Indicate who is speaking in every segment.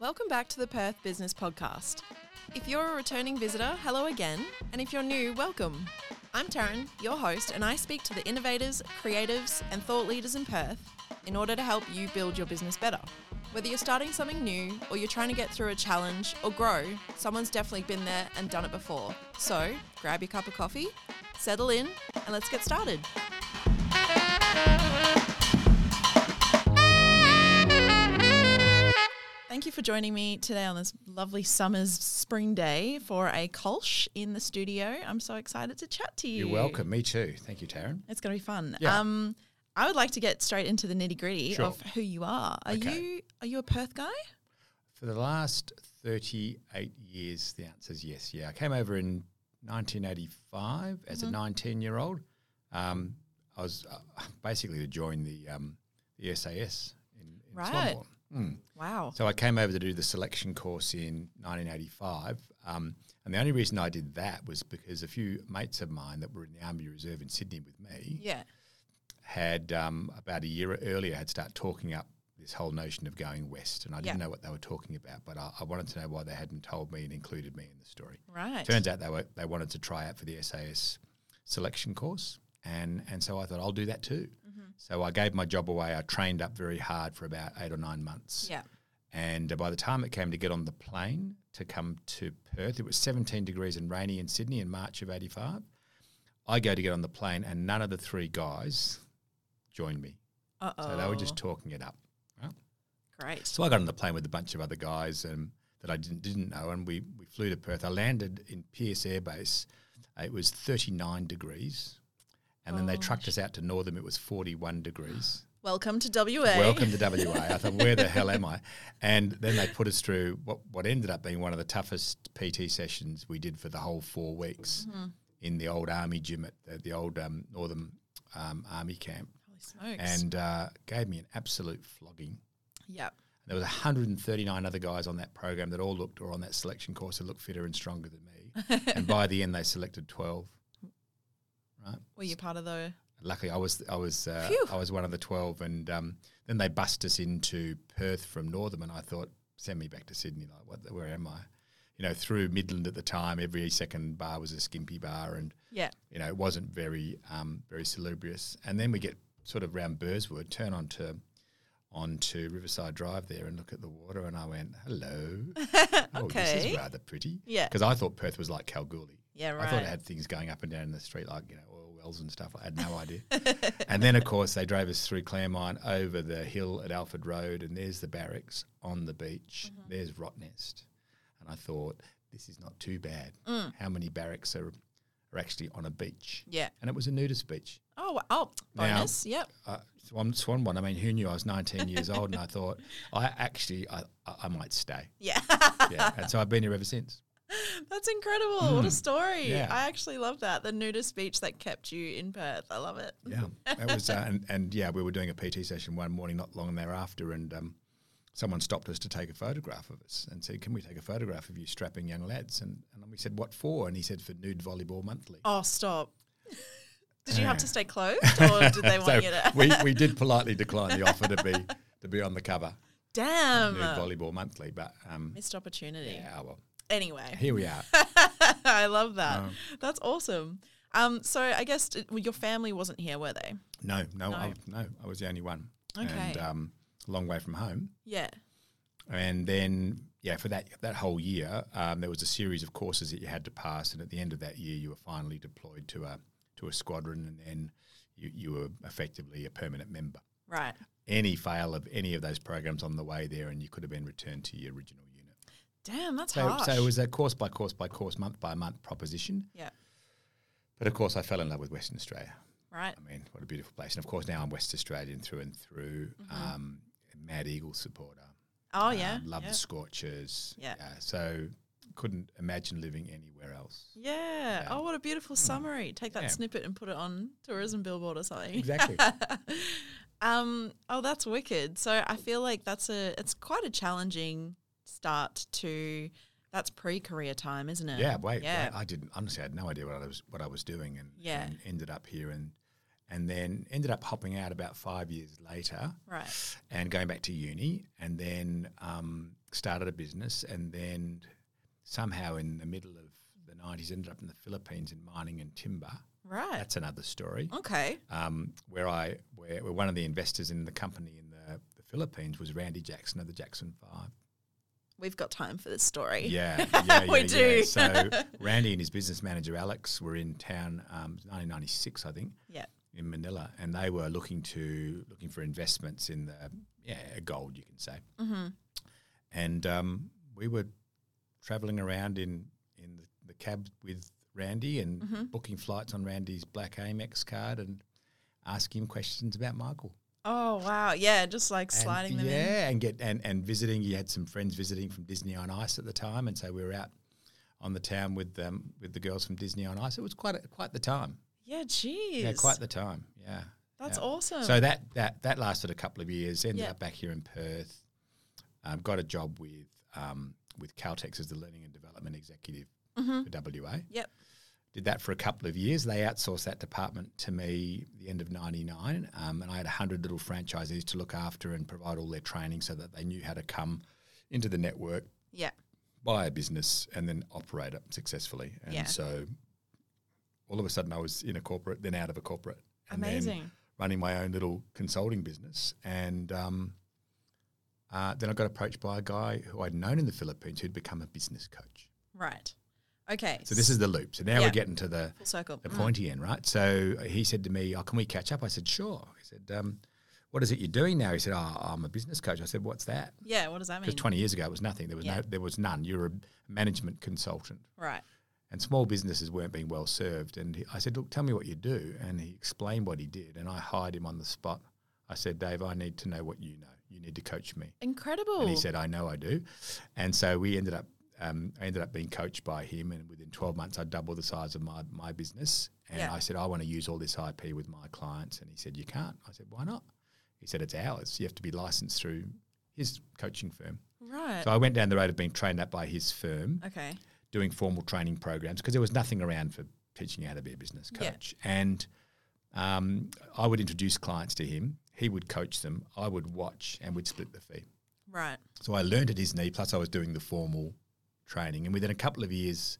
Speaker 1: Welcome back to the Perth Business Podcast. If you're a returning visitor, hello again. And if you're new, welcome. I'm Taryn, your host, and I speak to the innovators, creatives, and thought leaders in Perth in order to help you build your business better. Whether you're starting something new, or you're trying to get through a challenge, or grow, someone's definitely been there and done it before. So grab your cup of coffee, settle in, and let's get started. Thank you for joining me today on this lovely summer's spring day for a Kolsch in the studio. I'm so excited to chat to you.
Speaker 2: You're welcome. Me too. Thank you, Taryn.
Speaker 1: It's going to be fun.
Speaker 2: Yeah.
Speaker 1: Um, I would like to get straight into the nitty gritty
Speaker 2: Sure.
Speaker 1: of who you are. Are
Speaker 2: Okay.
Speaker 1: you are you a Perth guy?
Speaker 2: For the last 38 years, the answer is yes. Yeah. I came over in 1985 as a 19 year old. Um, I was uh, basically to join the, um, the SAS in, in
Speaker 1: Right.
Speaker 2: Slumbourne. Mm.
Speaker 1: Wow.
Speaker 2: So I came over to do the selection course in 1985. Um, and the only reason I did that was because a few mates of mine that were in the Army Reserve in Sydney with me
Speaker 1: yeah.
Speaker 2: had um, about a year earlier had started talking up this whole notion of going west, and I didn't
Speaker 1: Yeah.
Speaker 2: know what they were talking about, but I, I wanted to know why they hadn't told me and included me in the story.
Speaker 1: Right.
Speaker 2: Turns out they were they wanted to try out for the SAS selection course, and and so I thought I'll do that too.
Speaker 1: Mm-hmm.
Speaker 2: So I gave my job away. I trained up very hard for about eight or nine months,
Speaker 1: yeah.
Speaker 2: and uh, by the time it came to get on the plane to come to Perth, it was 17 degrees and rainy in Sydney in March of 85. I go to get on the plane, and none of the three guys joined me.
Speaker 1: Uh oh.
Speaker 2: So they were just talking it up.
Speaker 1: great.
Speaker 2: So I got on the plane with a bunch of other guys um, that I didn't, didn't know, and we, we flew to Perth. I landed in Pierce Air Base. Uh, It was 39 degrees. And then they trucked us out to Northern. It was 41 degrees.
Speaker 1: Welcome to WA.
Speaker 2: Welcome to WA. I thought, where the hell am I? And then they put us through what, what ended up being one of the toughest PT sessions we did for the whole four weeks in the old army gym at the, the old um, Northern um, Army camp,
Speaker 1: Holy smokes.
Speaker 2: and uh, gave me an absolute flogging.
Speaker 1: yeah.
Speaker 2: There was 139 other guys on that program that all looked, or on that selection course, that looked fitter and stronger than me. and by the end, they selected 12. Right.
Speaker 1: Were you part of the?
Speaker 2: Luckily, I was I was uh,
Speaker 1: Phew.
Speaker 2: I was one of the twelve, and um, then they bussed us into Perth from Northam, and I thought, send me back to Sydney. Like, what? the- Where am I? You know, through Midland at the time, every second bar was a skimpy bar, and
Speaker 1: Yeah.
Speaker 2: you know, it wasn't very um, very salubrious. And then we get sort of round Burswood, turn onto onto Riverside Drive there, and look at the water, and I went, hello, oh, this
Speaker 1: Okay.
Speaker 2: is rather pretty,
Speaker 1: Yeah.
Speaker 2: because I thought Perth was like Kalgoorlie.
Speaker 1: Yeah. Right.
Speaker 2: I thought it had things going up and down in the street, like you know oil wells and stuff. I had no idea. and then, of course, they drove us through Claremont over the hill at Alfred Road, and there's the barracks on the beach. There's Rottnest, and I thought this is not too bad. How many barracks are are actually on a beach?
Speaker 1: yeah.
Speaker 2: And it was a nudist beach.
Speaker 1: Oh. wa- Oh.
Speaker 2: Now-
Speaker 1: Bonus. yep.
Speaker 2: Uh, Swan, Swan one. I mean, who knew I was 19 years old? And I thought I actually I, I I might stay.
Speaker 1: Yeah.
Speaker 2: Yeah, and so I've been here ever since.
Speaker 1: That's incredible. What a story.
Speaker 2: Hmm. Yeah.
Speaker 1: I actually love that. The nudist beach that kept you in Perth. I love it.
Speaker 2: Yeah, that was, uh, and, and yeah, we were doing a PT session one morning not long thereafter, and um, someone stopped us to take a photograph of us and said, "Can we take a photograph of you strapping young lads?" And, and we said, "What for?" And he said, "For nude volleyball monthly."
Speaker 1: Oh, stop. Did you have to stay closed or did they want
Speaker 2: so
Speaker 1: you to?
Speaker 2: we, we did politely decline the offer to be to be on the cover
Speaker 1: Damn.
Speaker 2: nude volleyball monthly, but um,
Speaker 1: Missed opportunity.
Speaker 2: yeah, well,
Speaker 1: Anyway,
Speaker 2: here we are.
Speaker 1: I love that.
Speaker 2: Um,
Speaker 1: That's awesome. Um, so I guess d- well, your family wasn't here, were they?
Speaker 2: No, no,
Speaker 1: No.
Speaker 2: I, no, I was the only one, and
Speaker 1: Okay.
Speaker 2: um, a long way from home.
Speaker 1: Yeah.
Speaker 2: And then, yeah, for that that whole year, um, there was a series of courses that you had to pass, and at the end of that year, you were finally deployed to a to a squadron, and then you, you were effectively a permanent member.
Speaker 1: Right.
Speaker 2: Any fail of any of those programs on the way there, and you could have been returned to your original unit.
Speaker 1: Damn, that's
Speaker 2: So,
Speaker 1: harsh.
Speaker 2: so it was a course by course by course, month by month proposition.
Speaker 1: yeah.
Speaker 2: But of course, I fell in love with Western Australia.
Speaker 1: Right.
Speaker 2: I mean, what a beautiful place! And of course, now I'm West Australian through and through. Um, Mad Eagle supporter.
Speaker 1: Oh yeah.
Speaker 2: Um, love
Speaker 1: yeah.
Speaker 2: the scorchers.
Speaker 1: Yeah.
Speaker 2: So couldn't imagine living anywhere else.
Speaker 1: Yeah. Oh, what a beautiful summary. Take that
Speaker 2: Hmm. Yeah.
Speaker 1: snippet and put it on tourism billboard or something.
Speaker 2: Exactly.
Speaker 1: Um, oh, that's wicked. So I feel like that's a it's quite a challenging start to that's pre-career time, isn't it?
Speaker 2: yeah. Wait.
Speaker 1: Yeah.
Speaker 2: wait, I didn't honestly. I had no idea what I was what I was doing, and,
Speaker 1: Yeah.
Speaker 2: and ended up here, and and then ended up hopping out about five years later,
Speaker 1: Right.
Speaker 2: and going back to uni, and then because started a business and then somehow in the middle of the 90s ended up in the Philippines in mining and timber.
Speaker 1: Right.
Speaker 2: That's another story.
Speaker 1: Okay.
Speaker 2: Um, where I where, where one of the investors in the company in the, the Philippines was Randy Jackson of the Jackson Five.
Speaker 1: We've got time for this story.
Speaker 2: Yeah, yeah,
Speaker 1: We
Speaker 2: yeah,
Speaker 1: do.
Speaker 2: yeah. So Randy and his business manager Alex were in town, um, 1996, I think,
Speaker 1: Yeah.
Speaker 2: in Manila, and they were looking to looking for investments in the yeah gold, you can say.
Speaker 1: Mm-hmm.
Speaker 2: And um, we were traveling around in in the, the cab with Randy and
Speaker 1: Mhm.
Speaker 2: booking flights on Randy's black Amex card and asking him questions about Michael.
Speaker 1: Oh wow. Yeah. Just like
Speaker 2: And-
Speaker 1: sliding them in.
Speaker 2: yeah, and get and, and visiting. You had some friends visiting from Disney on Ice at the time, and so we were out on the town with um, with the girls from Disney on Ice. It was quite a, quite the time.
Speaker 1: Yeah. Jeez.
Speaker 2: Yeah, quite the time. Yeah,
Speaker 1: That's
Speaker 2: yeah.
Speaker 1: awesome.
Speaker 2: So that that that lasted a couple of years. Ended
Speaker 1: Oh. Yeah.
Speaker 2: up back here in Perth. Um, got a job with um, with Caltex as the learning and development executive
Speaker 1: hmm
Speaker 2: for WA.
Speaker 1: Yep.
Speaker 2: Did that for a couple of years. They outsourced that department to me at the end of 99. Um, and I had 100 little franchisees to look after and provide all their training so that they knew how to come into the network,
Speaker 1: Yeah.
Speaker 2: buy a business, and then operate it successfully. And
Speaker 1: Yeah.
Speaker 2: so all of a sudden I was in a corporate, then out of a corporate. And then
Speaker 1: Amazing.
Speaker 2: running my own little consulting business. And um, uh, then I got approached by a guy who I'd known in the Philippines who'd become a business coach.
Speaker 1: Right. Okay.
Speaker 2: So this is the loop. So now
Speaker 1: Yeah.
Speaker 2: we're getting to the
Speaker 1: full circle.
Speaker 2: the
Speaker 1: Mm.
Speaker 2: pointy end, right? So he said to me, oh, "Can we catch up?" I said, "Sure." He said, um, "What is it you're doing now?" He said, oh, "I'm a business coach." I said, "What's that?"
Speaker 1: Yeah. What does that mean?
Speaker 2: Because 20 years ago, it was nothing. There was
Speaker 1: Yeah.
Speaker 2: no, there was none. You were a management consultant,
Speaker 1: Right.
Speaker 2: and small businesses weren't being well served. And he, I said, "Look, tell me what you do." And he explained what he did, and I hired him on the spot. I said, "Dave, I need to know what you know. You need to coach me."
Speaker 1: Incredible.
Speaker 2: And he said, "I know I do," and so we ended up. Um, I ended up being coached by him, and within 12 months, I doubled the size of my, my business. And
Speaker 1: Yeah.
Speaker 2: I said, I want to use all this IP with my clients. And he said, You can't. I said, Why not? He said, It's ours. You have to be licensed through his coaching firm.
Speaker 1: right.
Speaker 2: So I went down the road of being trained up by his firm,
Speaker 1: okay.
Speaker 2: doing formal training programs, because there was nothing around for teaching you how to be a business
Speaker 1: Yeah.
Speaker 2: coach. And um, I would introduce clients to him, he would coach them, I would watch, and we'd split the fee.
Speaker 1: Right.
Speaker 2: So I learned at his knee, plus I was doing the formal training. And within a couple of years,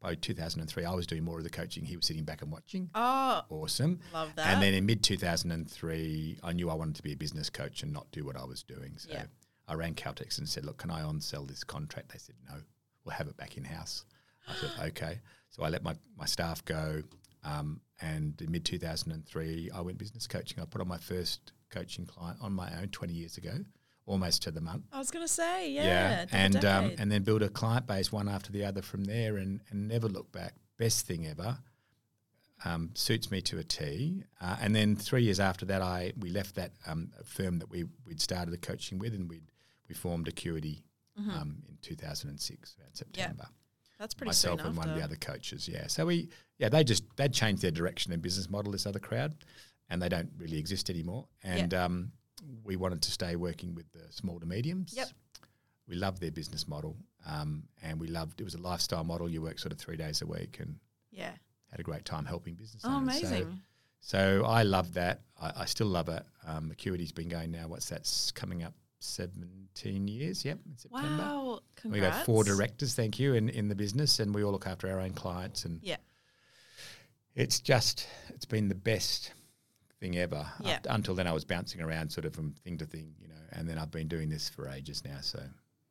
Speaker 2: by 2003, I was doing more of the coaching. He was sitting back and watching.
Speaker 1: Oh,
Speaker 2: Awesome.
Speaker 1: love that.
Speaker 2: And then in mid 2003, I knew I wanted to be a business coach and not do what I was doing. So
Speaker 1: Yeah.
Speaker 2: I rang Caltex and said, Look, can I on sell this contract? They said, No, we'll have it back in house. I said, Okay. So I let my, my staff go. Um, and in mid 2003, I went business coaching. I put on my first coaching client on my own 20 years ago, almost to the month
Speaker 1: I was gonna say, yeah. double
Speaker 2: and um,
Speaker 1: decade.
Speaker 2: and then build a client base one after the other from there, and and never look back. Best thing ever. Um, suits me to a T. Uh, and then three years after that, I we left that um, firm that we we'd started the coaching with, and we we formed Acuity
Speaker 1: Mm-hmm.
Speaker 2: um, in 2006 around September.
Speaker 1: that's pretty
Speaker 2: Myself
Speaker 1: soon
Speaker 2: and
Speaker 1: after.
Speaker 2: one of the other coaches. Yeah. So we yeah they just they changed their direction and business model. This other crowd, and they don't really exist anymore. And um, we wanted to stay working with the small to mediums.
Speaker 1: Yep.
Speaker 2: We loved their business model, um, and we loved it was a lifestyle model. You work sort of three days a week and
Speaker 1: yeah.
Speaker 2: had a great time helping business.
Speaker 1: Oh,
Speaker 2: owners. So-
Speaker 1: amazing.
Speaker 2: So, I love that. I, I still love it. Um, Acuity's been going now. What's that's coming up? Seventeen years. Yep. In September.
Speaker 1: wow.
Speaker 2: And
Speaker 1: Congrats.
Speaker 2: We got four directors, thank you, in, in the business, and we all look after our own clients. And
Speaker 1: Yeah.
Speaker 2: it's just, it's been the best thing ever.
Speaker 1: Yeah.
Speaker 2: Up- until then, I was bouncing around sort of from thing to thing, you know, and then I've been doing this for ages now. So,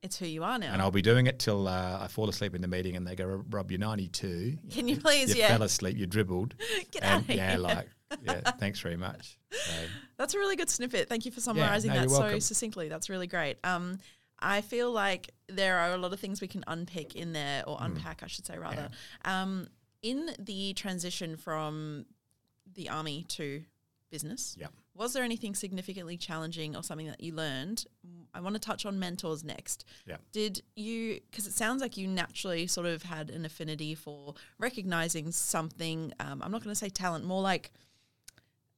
Speaker 1: It's who you are now.
Speaker 2: and I'll be doing it till uh, I fall asleep in the meeting and they go, Rob, you're 92.
Speaker 1: Can you please?
Speaker 2: You
Speaker 1: Yeah.
Speaker 2: fell asleep, you dribbled.
Speaker 1: Get out
Speaker 2: and
Speaker 1: of here.
Speaker 2: yeah, like, yeah, thanks very much. So,
Speaker 1: That's a really good snippet. Thank you for summarizing
Speaker 2: no,
Speaker 1: that
Speaker 2: you're
Speaker 1: so
Speaker 2: welcome.
Speaker 1: succinctly. That's really great. Um, I feel like there are a lot of things we can unpick in there,
Speaker 2: Mm.
Speaker 1: or unpack, I should say, rather. Um, in the transition from the army to business,
Speaker 2: Yep.
Speaker 1: was there anything significantly challenging or something that you learned? I want to touch on mentors next.
Speaker 2: Yep.
Speaker 1: Did you, because it sounds like you naturally sort of had an affinity for recognizing something, um, I'm not going to say talent, more like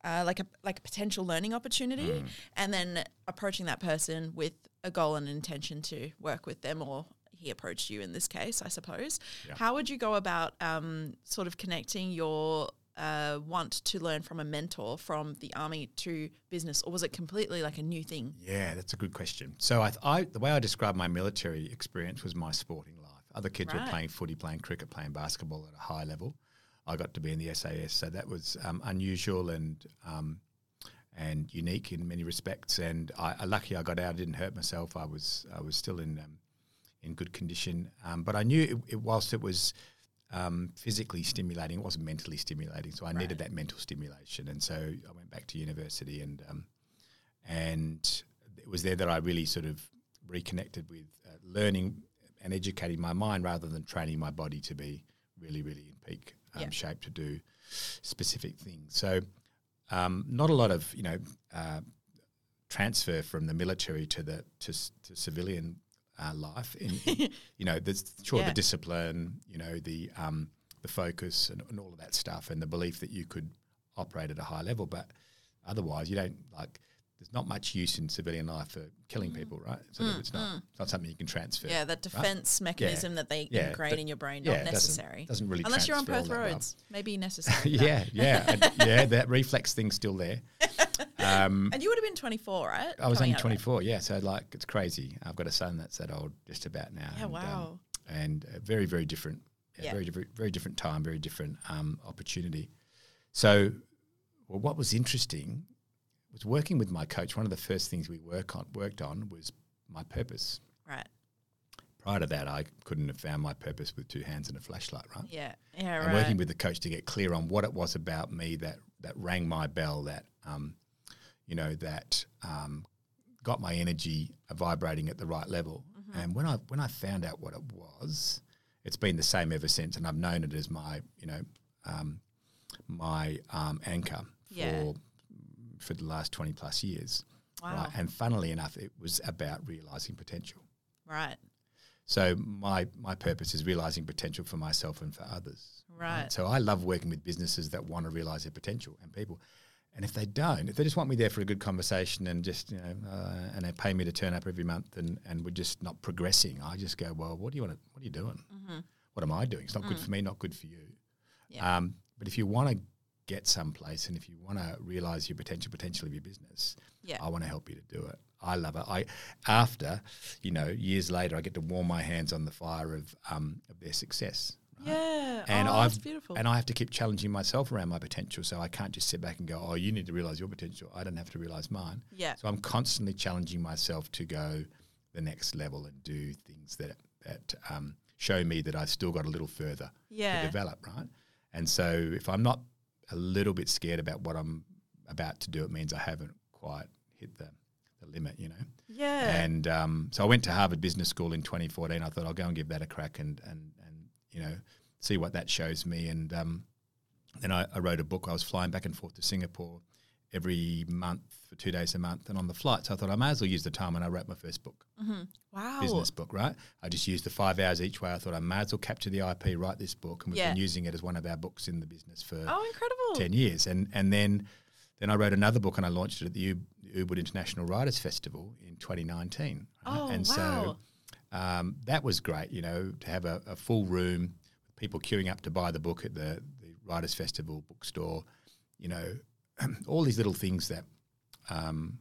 Speaker 1: uh, like a like a potential learning opportunity,
Speaker 2: Mm.
Speaker 1: and then approaching that person with a goal and intention to work with them, or he approached you in this case, I suppose.
Speaker 2: Yeah.
Speaker 1: How would you go about um, sort of connecting your uh, want to learn from a mentor from the army to business, or was it completely like a new thing?
Speaker 2: Yeah, that's a good question. So I, th- I the way I described my military experience was my sporting life. Other kids
Speaker 1: Right.
Speaker 2: were playing footy, playing cricket, playing basketball at a high level. I got to be in the SAS, so that was um, unusual and um, and unique in many respects. And I, I lucky I got out. I didn't hurt myself. I was I was still in um, in good condition. Um, but I knew it, it, whilst it was um, physically stimulating, it wasn't mentally stimulating. So I needed that mental stimulation, and so I went back to university and. Um, and it was there that I really sort of reconnected with uh, learning and educating my mind rather than training my body to be really, really in peak um,
Speaker 1: Yeah.
Speaker 2: shape to do specific things. So, um, not a lot of you know uh, transfer from the military to the to, s- to civilian uh, life. In, in- you know, there's sure
Speaker 1: Yeah.
Speaker 2: the discipline, you know, the um, the focus and, and all of that stuff, and the belief that you could operate at a high level, but otherwise you don't like there's not much use in civilian life for killing people right so that it's not it's not something you can transfer
Speaker 1: Mm. Yeah, that defense mechanism that they
Speaker 2: Yeah,
Speaker 1: ingrain
Speaker 2: that-
Speaker 1: in your brain,
Speaker 2: yeah,
Speaker 1: not
Speaker 2: it doesn't-
Speaker 1: necessary.
Speaker 2: doesn't really
Speaker 1: Unless you're on Perth
Speaker 2: transfer all that well.
Speaker 1: roads, maybe necessary. but-
Speaker 2: yeah yeah and- yeah that reflex thing's still there um
Speaker 1: And you would have been 24, right?
Speaker 2: i was
Speaker 1: Coming
Speaker 2: only
Speaker 1: out of it.
Speaker 2: 24 yeah so like it's crazy i've got a son that's that old just about now
Speaker 1: Yeah, Oh,
Speaker 2: and, um,
Speaker 1: wow.
Speaker 2: and uh, very very different yeah,
Speaker 1: Yeah.
Speaker 2: very different very different time very different um, opportunity so well what was interesting was working with my coach one of the first things we work on worked on was my purpose
Speaker 1: right.
Speaker 2: prior to that i couldn't have found my purpose with two hands and a flashlight right
Speaker 1: Yeah. Yeah,
Speaker 2: and
Speaker 1: right.
Speaker 2: working with the coach to get clear on what it was about me that that rang my bell that um, you know that um, got my energy vibrating at the right level
Speaker 1: Mm-hmm.
Speaker 2: and when I when I found out what it was it's been the same ever since and I've known it as my you know um, my um, anchor for
Speaker 1: Yeah.
Speaker 2: for the last 20 plus years
Speaker 1: wow.
Speaker 2: and funnily enough it was about realizing potential
Speaker 1: Right.
Speaker 2: so my my purpose is realizing potential for myself and for others.
Speaker 1: Right.
Speaker 2: So I love working with businesses that want to realize their potential and people. And if they don't, if they just want me there for a good conversation and just you know, uh, and they pay me to turn up every month and, and we're just not progressing, I just go, well, what do you want? To, what are you doing? What am I doing? It's not good for me, not good for you.
Speaker 1: Mm-hmm. Mm. Yeah.
Speaker 2: Um, but if you want to get someplace and if you want to realize your potential potential of your business,
Speaker 1: Yeah.
Speaker 2: I want to help you to do it. I love it. I after you know years later, I get to warm my hands on the fire of um, of their success.
Speaker 1: Yeah.
Speaker 2: And
Speaker 1: oh,
Speaker 2: I've
Speaker 1: that's beautiful.
Speaker 2: and I have to keep challenging myself around my potential, so I can't just sit back and go, "Oh, you need to realize your potential." I don't have to realize mine.
Speaker 1: yeah.
Speaker 2: So I'm constantly challenging myself to go the next level and do things that that um, show me that I've still got a little further to
Speaker 1: Yeah.
Speaker 2: develop, right? And so if I'm not a little bit scared about what I'm about to do, it means I haven't quite hit the, the limit, you know?
Speaker 1: Yeah.
Speaker 2: And um, so I went to Harvard Business School in 2014. I thought I'll go and give that a crack and, and, and you know, see what that shows me. And um, then I, I wrote a book. I was flying back and forth to Singapore every month for two days a month. And on the flights, I thought I may as well use the time when I wrote my first book
Speaker 1: wow.
Speaker 2: business book, right? I just used the five hours each way. I thought I may as well capture the IP, write this book, and we've been
Speaker 1: Yeah.
Speaker 2: using it as one of our books in the business for
Speaker 1: Oh, incredible.
Speaker 2: ten years. And and then then I wrote another book and I launched it at the U- Ubud International Writers Festival in 2019. right?
Speaker 1: Oh,
Speaker 2: and
Speaker 1: wow.
Speaker 2: so um, that was great, you know, to have a, a full room, people queuing up to buy the book at the, the Writers Festival bookstore, you know, all these little things that um,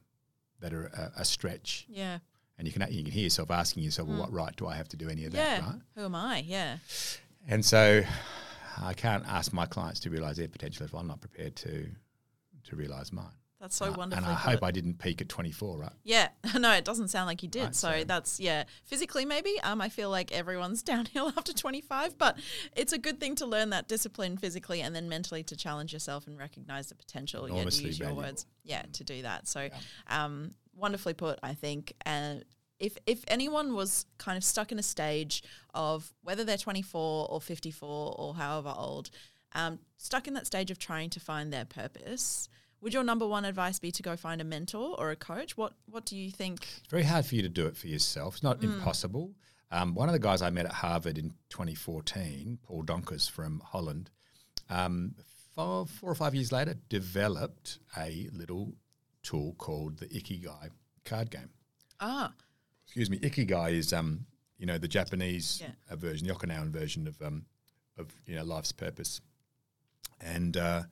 Speaker 2: that are a, a stretch
Speaker 1: yeah.
Speaker 2: and you can you can hear yourself asking yourself, well, what right do I have to do any of that,
Speaker 1: Hmm. Yeah.
Speaker 2: right?
Speaker 1: Who am I? Yeah.
Speaker 2: And so, I can't ask my clients to realise their potential if I'm not prepared to to realise mine.
Speaker 1: That's so
Speaker 2: And I-
Speaker 1: wonderful.
Speaker 2: And I hope I didn't peak at 24, right?
Speaker 1: Yeah, no, it doesn't sound like you did.
Speaker 2: Right,
Speaker 1: so,
Speaker 2: so-
Speaker 1: that's yeah, physically maybe. Um, I feel like everyone's downhill after twenty five, but it's a good thing to learn that discipline physically and then mentally to challenge yourself and recognize the potential. Yeah, to
Speaker 2: Enormously
Speaker 1: use your
Speaker 2: valuable.
Speaker 1: words. Mm. Yeah, to do that. So, um, wonderfully put, I think. And if if anyone was kind of stuck in a stage of whether they're twenty four or fifty four or however old, um, stuck in that stage of trying to find their purpose. Would your number one advice be to go find a mentor or a coach? What What do you think?
Speaker 2: It's very hard for you to do it for yourself. It's not impossible. Um, one of the guys I met at Harvard in 2014, Paul Donkers from Holland, um, four, four or five years later, developed a little tool called the Ikigai card game.
Speaker 1: Ah,
Speaker 2: excuse me, ikigai is um, you know, the Japanese
Speaker 1: Yeah.
Speaker 2: uh, version, the Okinawan version of um, of you know, life's purpose. and uh,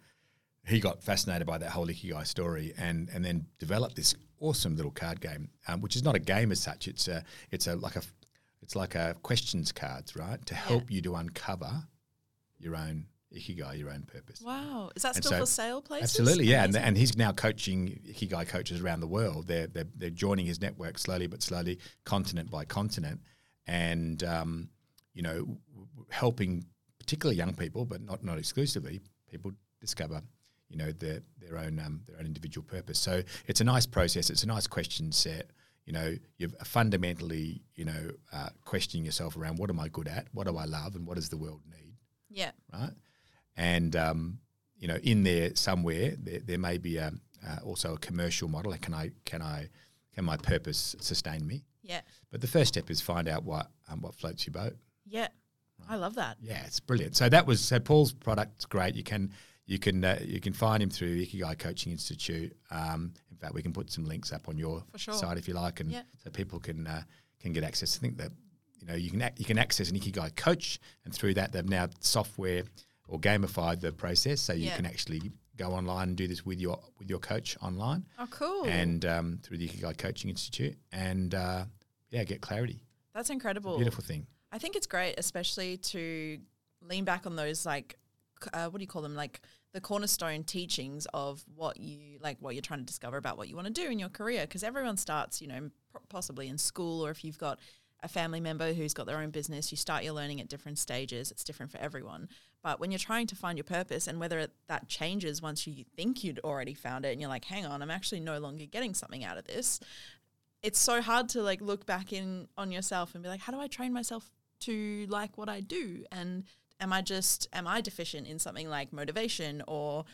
Speaker 2: he got fascinated by that whole ikigai story, and and then developed this awesome little card game, um, which is not a game as such. It's a it's a like a it's like a questions cards, right, to help you to uncover your own ikigai, your own purpose.
Speaker 1: Wow. Is that
Speaker 2: And
Speaker 1: still
Speaker 2: so-
Speaker 1: for sale places?
Speaker 2: Absolutely, yeah, and,
Speaker 1: Amazing.
Speaker 2: and he's now coaching ikigai coaches around the world. They're, they're they're joining his network slowly but slowly, continent by continent, and um, you know, w- w- helping particularly young people, but not not exclusively, people discover you know their their own um, their own individual purpose. So it's a nice process. It's a nice question set. You know, you're fundamentally you know uh, questioning yourself around what am I good at, what do I love, and what does the world need
Speaker 1: yeah.
Speaker 2: right? And um, you know, in there somewhere, there, there may be a, uh, also a commercial model. Can I can I can my purpose sustain me?
Speaker 1: Yeah.
Speaker 2: But the first step is find out what um, what floats your boat.
Speaker 1: Yeah. I love that.
Speaker 2: Yeah, it's brilliant. So that was so Paul's product's great. You can you can uh, you can find him through Ikigai Coaching Institute. Um, in fact, we can put some links up on your
Speaker 1: For sure.
Speaker 2: site if you like, and
Speaker 1: Yeah.
Speaker 2: so people can uh, can get access. I think that you know you can ac- you can access an Ikigai coach, and through that they've now software or gamified the process, so you
Speaker 1: Yeah.
Speaker 2: can actually go online and do this with your with your coach online,
Speaker 1: Oh, cool.
Speaker 2: and um, through the Ikigai Coaching Institute, and uh, yeah, get clarity.
Speaker 1: That's incredible.
Speaker 2: Beautiful thing.
Speaker 1: I think it's great, especially to lean back on those like, c- uh, what do you call them? Like the cornerstone teachings of what you like, what you're trying to discover about what you want to do in your career. Because everyone starts, you know, m- po- possibly in school, or if you've got a family member who's got their own business, you start your learning at different stages. It's different for everyone. But when you're trying to find your purpose and whether it, that changes once you think you'd already found it and you're like, hang on, I'm actually no longer getting something out of this, it's so hard to like look back in on yourself and be like, how do I train myself to like what I do? And am I just am I deficient in something like motivation or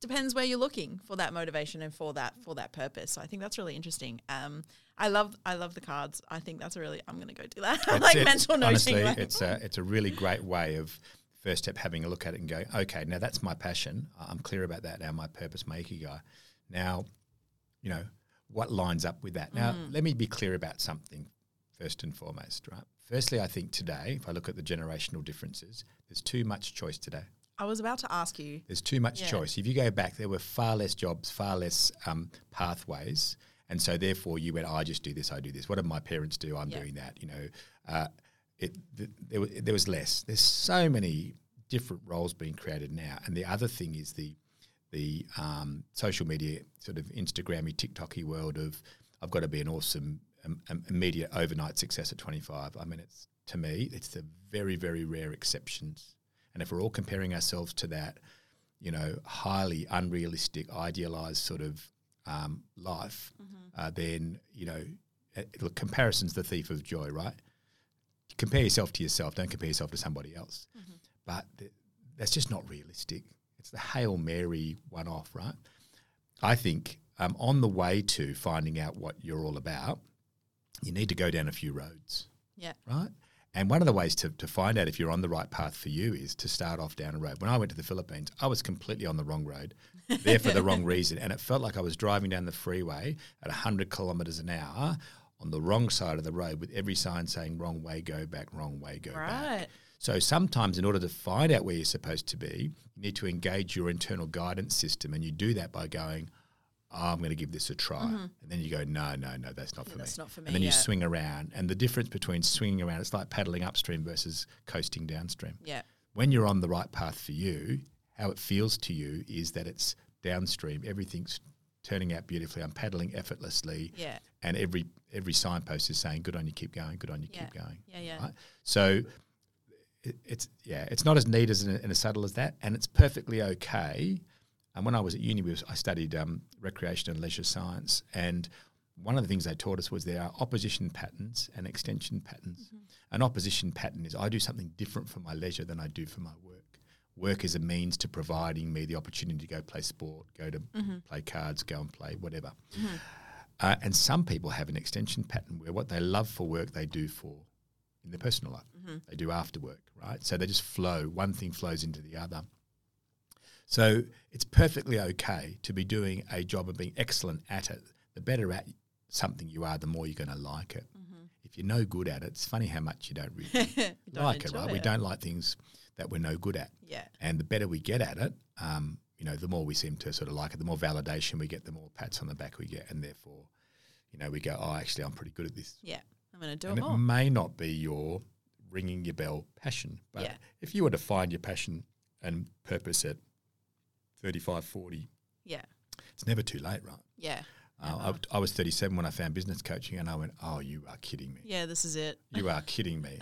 Speaker 1: depends where you're looking for that motivation and for that for that purpose. So I think that's really interesting. Um, I love I love the cards. I think that's a really I'm gonna go do that.
Speaker 2: That's
Speaker 1: like
Speaker 2: it.
Speaker 1: mental noting.
Speaker 2: Honestly,
Speaker 1: like-
Speaker 2: it's a it's a really great way of first step having a look at it and going, okay, now that's my passion. I- I'm clear about that now. My purpose, my ikigai. Now, you know what lines up with that. Now,
Speaker 1: Mm.
Speaker 2: let me be clear about something first and foremost, right? Firstly, I think today, if I look at the generational differences, there's too much choice today.
Speaker 1: I was about to ask you.
Speaker 2: There's too much
Speaker 1: Yeah.
Speaker 2: choice. If you go back, there were far less jobs, far less um, pathways, and so therefore you went, "Oh, "I just do this, I do this. What did my parents do? I'm
Speaker 1: Yeah.
Speaker 2: doing that." You know, uh, it, th- there, wa- there was less. There's so many different roles being created now, and the other thing is the the um, social media sort of Instagrammy, TikToky world of I've got to be an awesome um, um, immediate overnight success at 25. I mean, it's to me, it's the very very rare exceptions. And if we're all comparing ourselves to that, you know, highly unrealistic, idealized sort of um, life, uh, then you know, uh, look, comparison's the thief of joy, right? Compare yourself to yourself. Don't compare yourself to somebody else. But th- that's just not realistic. It's the hail mary one-off, right? I think um, on the way to finding out what you're all about, you need to go down a few roads
Speaker 1: Yeah.
Speaker 2: right? And one of the ways to, to find out if you're on the right path for you is to start off down a road. When I went to the Philippines, I was completely on the wrong road, there for the wrong reason. And it felt like I was driving down the freeway at 100 kilometres an hour on the wrong side of the road with every sign saying, wrong way, go back, wrong way, go back.
Speaker 1: Right.
Speaker 2: So sometimes, in order to find out where you're supposed to be, you need to engage your internal guidance system. And you do that by going, "Oh, I'm going to give this a try. And then you go, no, no, no, that's not for me.
Speaker 1: that's not for me,
Speaker 2: And then you
Speaker 1: Mm-hmm. yeah.
Speaker 2: swing around. And the difference between swinging around, it's like paddling upstream versus coasting downstream.
Speaker 1: Yeah.
Speaker 2: When you're on the right path for you, how it feels to you is that it's downstream. Everything's turning out beautifully. I'm paddling effortlessly.
Speaker 1: Yeah.
Speaker 2: And every every signpost is saying, good on you, keep going, good on you,
Speaker 1: Yeah.
Speaker 2: keep going
Speaker 1: Yeah. Yeah.
Speaker 2: right? So it, it's yeah, it's not as neat as and as subtle as that, and it's perfectly okay. And when I was at uni, we was, I studied um, recreation and leisure science, and one of the things they taught us was there are opposition patterns and extension patterns. An opposition pattern is I do something different for my leisure than I do for my work. Work is a means to providing me the opportunity to go play sport, go to play cards, go and play whatever. Uh, and some people have an extension pattern where what they love for work, they do for in their personal life.
Speaker 1: Mm-hmm.
Speaker 2: They do after work, right? So they just flow. One thing flows into the other. So it's perfectly okay to be doing
Speaker 1: Mm-hmm.
Speaker 2: a job and being excellent at it. The better at something you are, the more you're going to like it. If if you're no good at it, it's funny how much you don't really
Speaker 1: You don't
Speaker 2: like it,
Speaker 1: enjoy
Speaker 2: right? We don't like things that we're no good at.
Speaker 1: Yeah.
Speaker 2: And the better we get at it, um, you know, the more we seem to sort of like it, the more validation we get, the more pats on the back we get. And therefore, you know, we go, oh, actually, I'm pretty good at this.
Speaker 1: Yeah. I'm going to do
Speaker 2: and
Speaker 1: it
Speaker 2: it
Speaker 1: more.
Speaker 2: may not be your ringing your bell passion, but
Speaker 1: Yeah.
Speaker 2: if you were to find your passion and purpose at 35, 40,
Speaker 1: Yeah.
Speaker 2: it's never too late, right?
Speaker 1: Yeah.
Speaker 2: Uh,
Speaker 1: Uh-huh.
Speaker 2: I, I was 37 when I found business coaching, and I went, "Oh, you are kidding me!
Speaker 1: Yeah. This is it.
Speaker 2: You are kidding me!"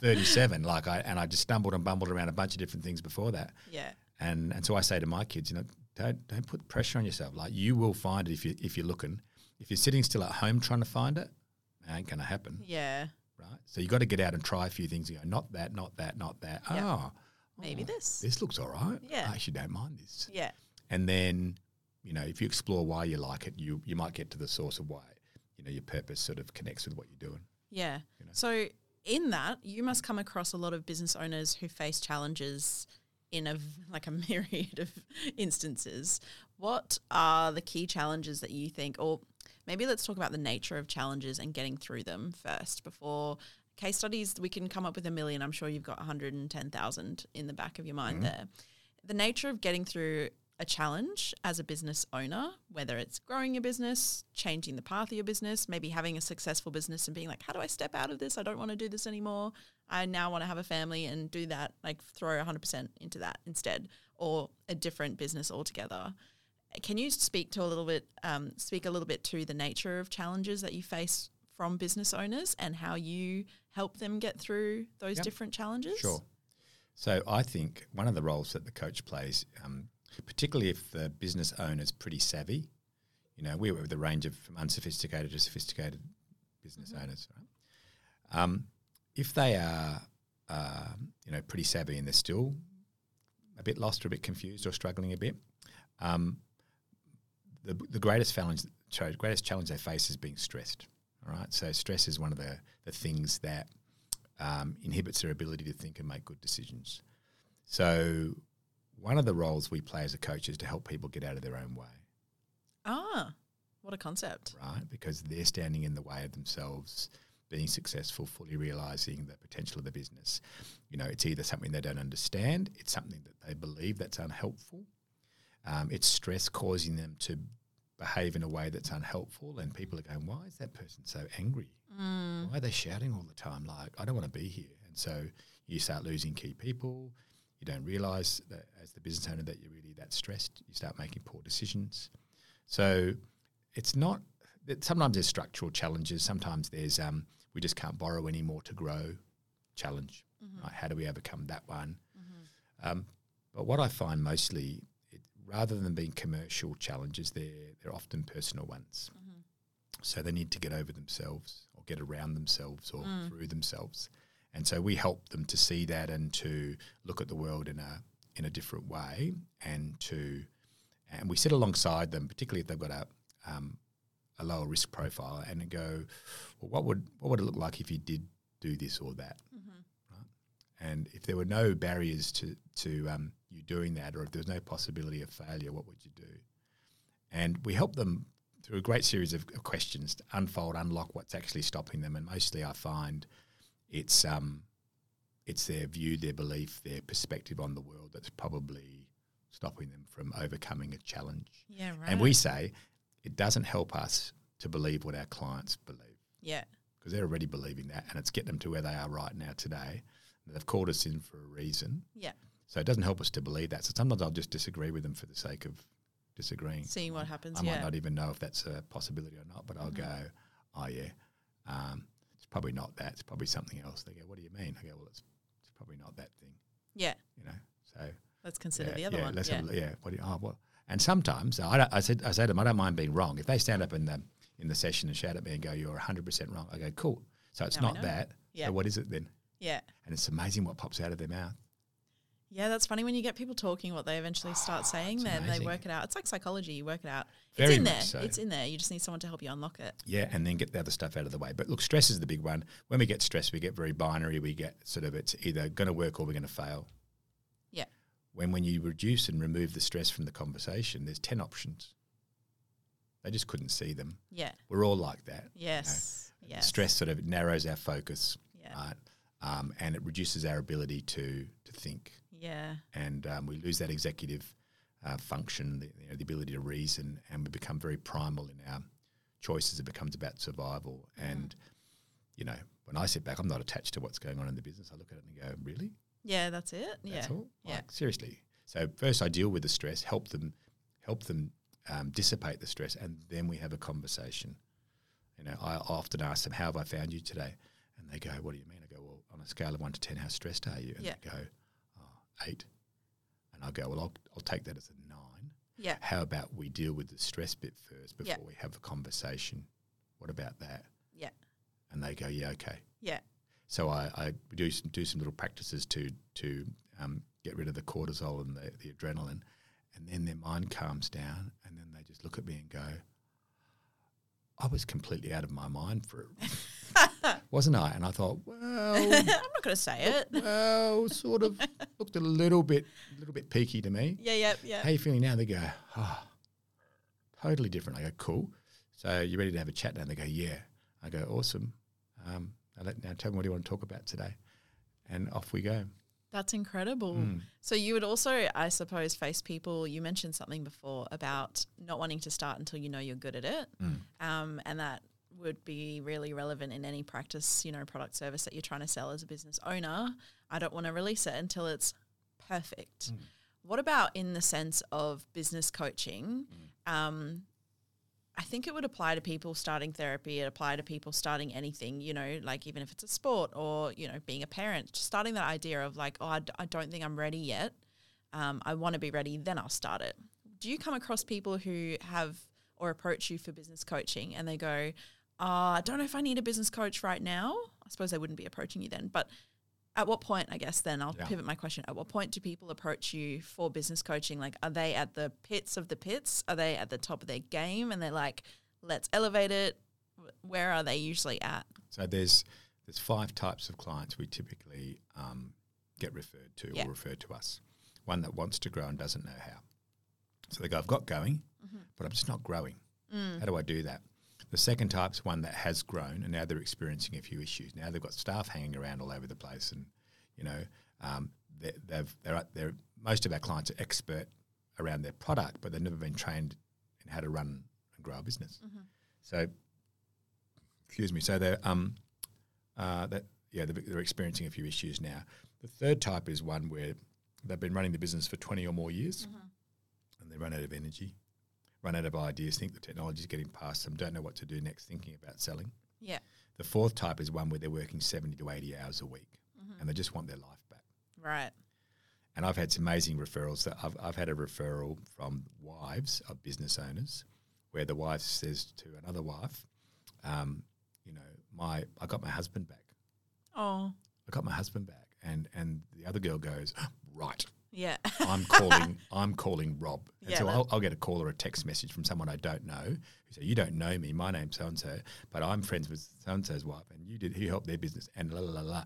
Speaker 2: 37, like I and I just stumbled and bumbled around a bunch of different things before that,
Speaker 1: Yeah.
Speaker 2: and and so I say to my kids, you know, don't don't put pressure on yourself. Like you will find it if you if you're looking. If you're sitting still at home trying to find it, it ain't gonna happen,
Speaker 1: Yeah.
Speaker 2: right? So you got to get out and try a few things. You go, not that, not that, not that.
Speaker 1: Yeah.
Speaker 2: Oh,
Speaker 1: Maybe
Speaker 2: oh,
Speaker 1: this.
Speaker 2: This looks all right.
Speaker 1: Yeah.
Speaker 2: I actually don't mind this.
Speaker 1: Yeah.
Speaker 2: And then, you know, if you explore why you like it, you you might get to the source of why, you know, your purpose sort of connects with what you're doing.
Speaker 1: Yeah.
Speaker 2: you know?
Speaker 1: So in that, you must come across a lot of business owners who face challenges in a v- like a myriad of instances. What are the key challenges that you think or maybe let's talk about the nature of challenges and getting through them first before case studies we can come up with a million. I'm sure you've got 110,000 in the back of your mind
Speaker 2: Mm-hmm.
Speaker 1: there. The nature of getting through a challenge as a business owner, whether it's growing your business, changing the path of your business, maybe having a successful business and being like, how do I step out of this? I don't want to do this anymore. I now want to have a family and do that, like throw 100% into that instead, or a different business altogether. Can you speak to a little bit, um, speak a little bit to the nature of challenges that you face from business owners and how you help them get through those
Speaker 2: Yep.
Speaker 1: different challenges?
Speaker 2: Sure. So I think one of the roles that the coach plays, um, particularly if the business owner's pretty savvy, you know, we work with a range of from unsophisticated to sophisticated business owners, right? Um, if they are, uh, you know, pretty savvy and they're still a bit lost or a bit confused or struggling a bit, um, the, the greatest challenge, sorry, the greatest challenge they face is being stressed. All right, so stress is one of the, the things that um, inhibits their ability to think and make good decisions. So, one of the roles we play as a coach is to help people get out of their own way,
Speaker 1: Ah, what a concept.
Speaker 2: right? Because they're standing in the way of themselves being successful, fully realizing the potential of the business. You know, it's either something they don't understand, it's something that they believe that's unhelpful, um, it's stress causing them to behave in a way that's unhelpful, and people are going, "Why is that person so angry?" Why are they shouting all the time? Like, I don't want to be here. And so you start losing key people. You don't realize that as the business owner that you're really that stressed. You start making poor decisions. So it's not, that sometimes there's structural challenges. Sometimes there's, um, we just can't borrow anymore to grow challenge. Right? How do we overcome that one? Um, but what I find mostly, it, rather than being commercial challenges, they're, they're often personal ones. So they need to get over themselves or get around themselves or through themselves. And so we help them to see that and to look at the world in a in a different way and to and we sit alongside them, particularly if they've got a um, a lower risk profile and go, well, what would what would it look like if you did do this or that? Right? And if there were no barriers to to um, you doing that, or if there was no possibility of failure, what would you do? And we help them through a great series of of questions to unfold, unlock what's actually stopping them. And mostly, I find it's um, it's their view, their belief, their perspective on the world that's probably stopping them from overcoming a challenge.
Speaker 1: Yeah, right.
Speaker 2: And we say it doesn't help us to believe what our clients believe
Speaker 1: yeah.
Speaker 2: because they're already believing that, and it's getting them to where they are right now today. They've called us in for a reason,
Speaker 1: Yeah.
Speaker 2: so it doesn't help us to believe that. So sometimes I'll just disagree with them for the sake of disagreeing.
Speaker 1: Seeing what happens.
Speaker 2: I might
Speaker 1: yeah. Mm-hmm.
Speaker 2: not even know if that's a possibility or not, but I'll go, oh yeah, um, it's probably not that. It's probably something else. They go, what do you mean? I go, well, it's, it's probably not that thing,
Speaker 1: yeah.
Speaker 2: you know. So
Speaker 1: Let's consider
Speaker 2: yeah,
Speaker 1: the other
Speaker 2: yeah,
Speaker 1: one.
Speaker 2: let's
Speaker 1: Yeah.
Speaker 2: have a look. yeah. What do you, oh, well, and sometimes I, don't, I said I say to them, I don't mind being wrong. If they stand up in the in the session and shout at me and go, "You're 100 percent wrong," I go, "Cool." So it's
Speaker 1: Now I
Speaker 2: not
Speaker 1: know.
Speaker 2: that.
Speaker 1: Yeah.
Speaker 2: So what is it then?
Speaker 1: yeah.
Speaker 2: And it's amazing what pops out of their mouth.
Speaker 1: Yeah, that's funny when you get people talking what they eventually start saying
Speaker 2: Oh, it's
Speaker 1: then they
Speaker 2: amazing.
Speaker 1: work it out. It's like psychology, you work it out.
Speaker 2: Very
Speaker 1: it's in
Speaker 2: much
Speaker 1: there.
Speaker 2: so.
Speaker 1: It's in there. You just need someone to help you unlock it.
Speaker 2: Yeah, and then get the other stuff out of the way. But look, stress is the big one. When we get stressed, we get very binary. We get sort of it's either going to work or we're going to fail.
Speaker 1: Yeah.
Speaker 2: When when you reduce and remove the stress from the conversation, there's ten options. They just couldn't see them.
Speaker 1: Yeah.
Speaker 2: We're all like that.
Speaker 1: Yes. Yeah.
Speaker 2: Stress sort of narrows our focus,
Speaker 1: Yeah.
Speaker 2: right? Um, and it reduces our ability to to think,
Speaker 1: Yeah.
Speaker 2: and um, we lose that executive uh, function, the, you know, the ability to reason, and we become very primal in our choices. It becomes about survival, and you know, when I sit back, I'm not attached to what's going on in the business. I look at it and go, really?
Speaker 1: Yeah. That's it. Yeah.
Speaker 2: That's all.
Speaker 1: Yeah.
Speaker 2: Like seriously. So first, I deal with the stress, help them, help them um, dissipate the stress, and then we have a conversation. You know, I often ask them, "How have I found you today?" And they go, "What do you mean?" I go, "Well, on a scale of one to ten, how stressed are you?" And
Speaker 1: Yeah.
Speaker 2: they go, oh, eight. And I go, "Well, I'll, I'll take that as a nine.
Speaker 1: Yeah.
Speaker 2: How about we deal with the stress bit first before
Speaker 1: Yeah.
Speaker 2: we have a conversation? What about that?"
Speaker 1: Yeah.
Speaker 2: And they go, "Yeah, okay."
Speaker 1: Yeah.
Speaker 2: So I, I do some do some little practices to to um, get rid of the cortisol and the, the adrenaline, and then their mind calms down, and then they just look at me and go, "I was completely out of my mind for it, wasn't I?" And I thought,
Speaker 1: I'm
Speaker 2: "Well,
Speaker 1: not going to say it.
Speaker 2: Oh. well, sort of looked a little bit little bit peaky to me."
Speaker 1: Yeah. Yeah. Yeah.
Speaker 2: How you feeling now? They go, oh, totally different. I go, cool. So you ready to have a chat now? They go, yeah. I go, awesome. Um, I let, now tell me what do you want to talk about today? And off we go.
Speaker 1: That's incredible.
Speaker 2: Mm.
Speaker 1: So you would also, I suppose, face people. You mentioned something before about not wanting to start until you know you're good at it, um, and that would be really relevant in any practice, you know, product service that you're trying to sell as a business owner. I don't want to release it until it's perfect. What about in the sense of business coaching? Um, I think it would apply to people starting therapy. It apply to people starting anything, you know, like even if it's a sport or you know being a parent, just starting that idea of like, oh, I, d- I don't think I'm ready yet. Um, I want to be ready, then I'll start it. Do you come across people who have or approach you for business coaching and they go, oh, I don't know if I need a business coach right now? I suppose they wouldn't be approaching you then, but at what point, I guess, then I'll
Speaker 2: Yeah.
Speaker 1: pivot my question. At what point do people approach you for business coaching? Like, are they at the pits of the pits? Are they at the top of their game? And they're like, let's elevate it. Wh- Where are they usually at?
Speaker 2: So there's there's five types of clients we typically um, get referred to
Speaker 1: Yeah.
Speaker 2: or referred to us. One that wants to grow and doesn't know how. So they go, I've got going, but I'm just not growing. How do I do that? The second type's one that has grown and now they're experiencing a few issues. Now they've got staff hanging around all over the place, and you know, um, they, they've they're, at- they're most of our clients are expert around their product, but they've never been trained in how to run and grow a business. So, excuse me. So they're um, uh, that yeah, they're, they're experiencing a few issues now. The third type is one where they've been running the business for twenty or more years, and they run out of energy, run out of ideas, think the technology's getting past them, don't know what to do next, thinking about selling.
Speaker 1: Yeah.
Speaker 2: The fourth type is one where they're working seventy to eighty hours a week, and they just want their life back.
Speaker 1: Right.
Speaker 2: And I've had some amazing referrals. That I've, I've had a referral from wives of business owners, where the wife says to another wife, um, "You know, my I got my husband back.
Speaker 1: Oh,
Speaker 2: I got my husband back." And and the other girl goes, "Right,
Speaker 1: yeah.
Speaker 2: I'm calling. I'm calling Rob." And
Speaker 1: Yeah,
Speaker 2: so
Speaker 1: that-
Speaker 2: I'll, I'll get a call or a text message from someone I don't know who say, "You don't know me. My name's so and so, but I'm friends with so and so's wife, and you did. Who helped their business? And la la la la.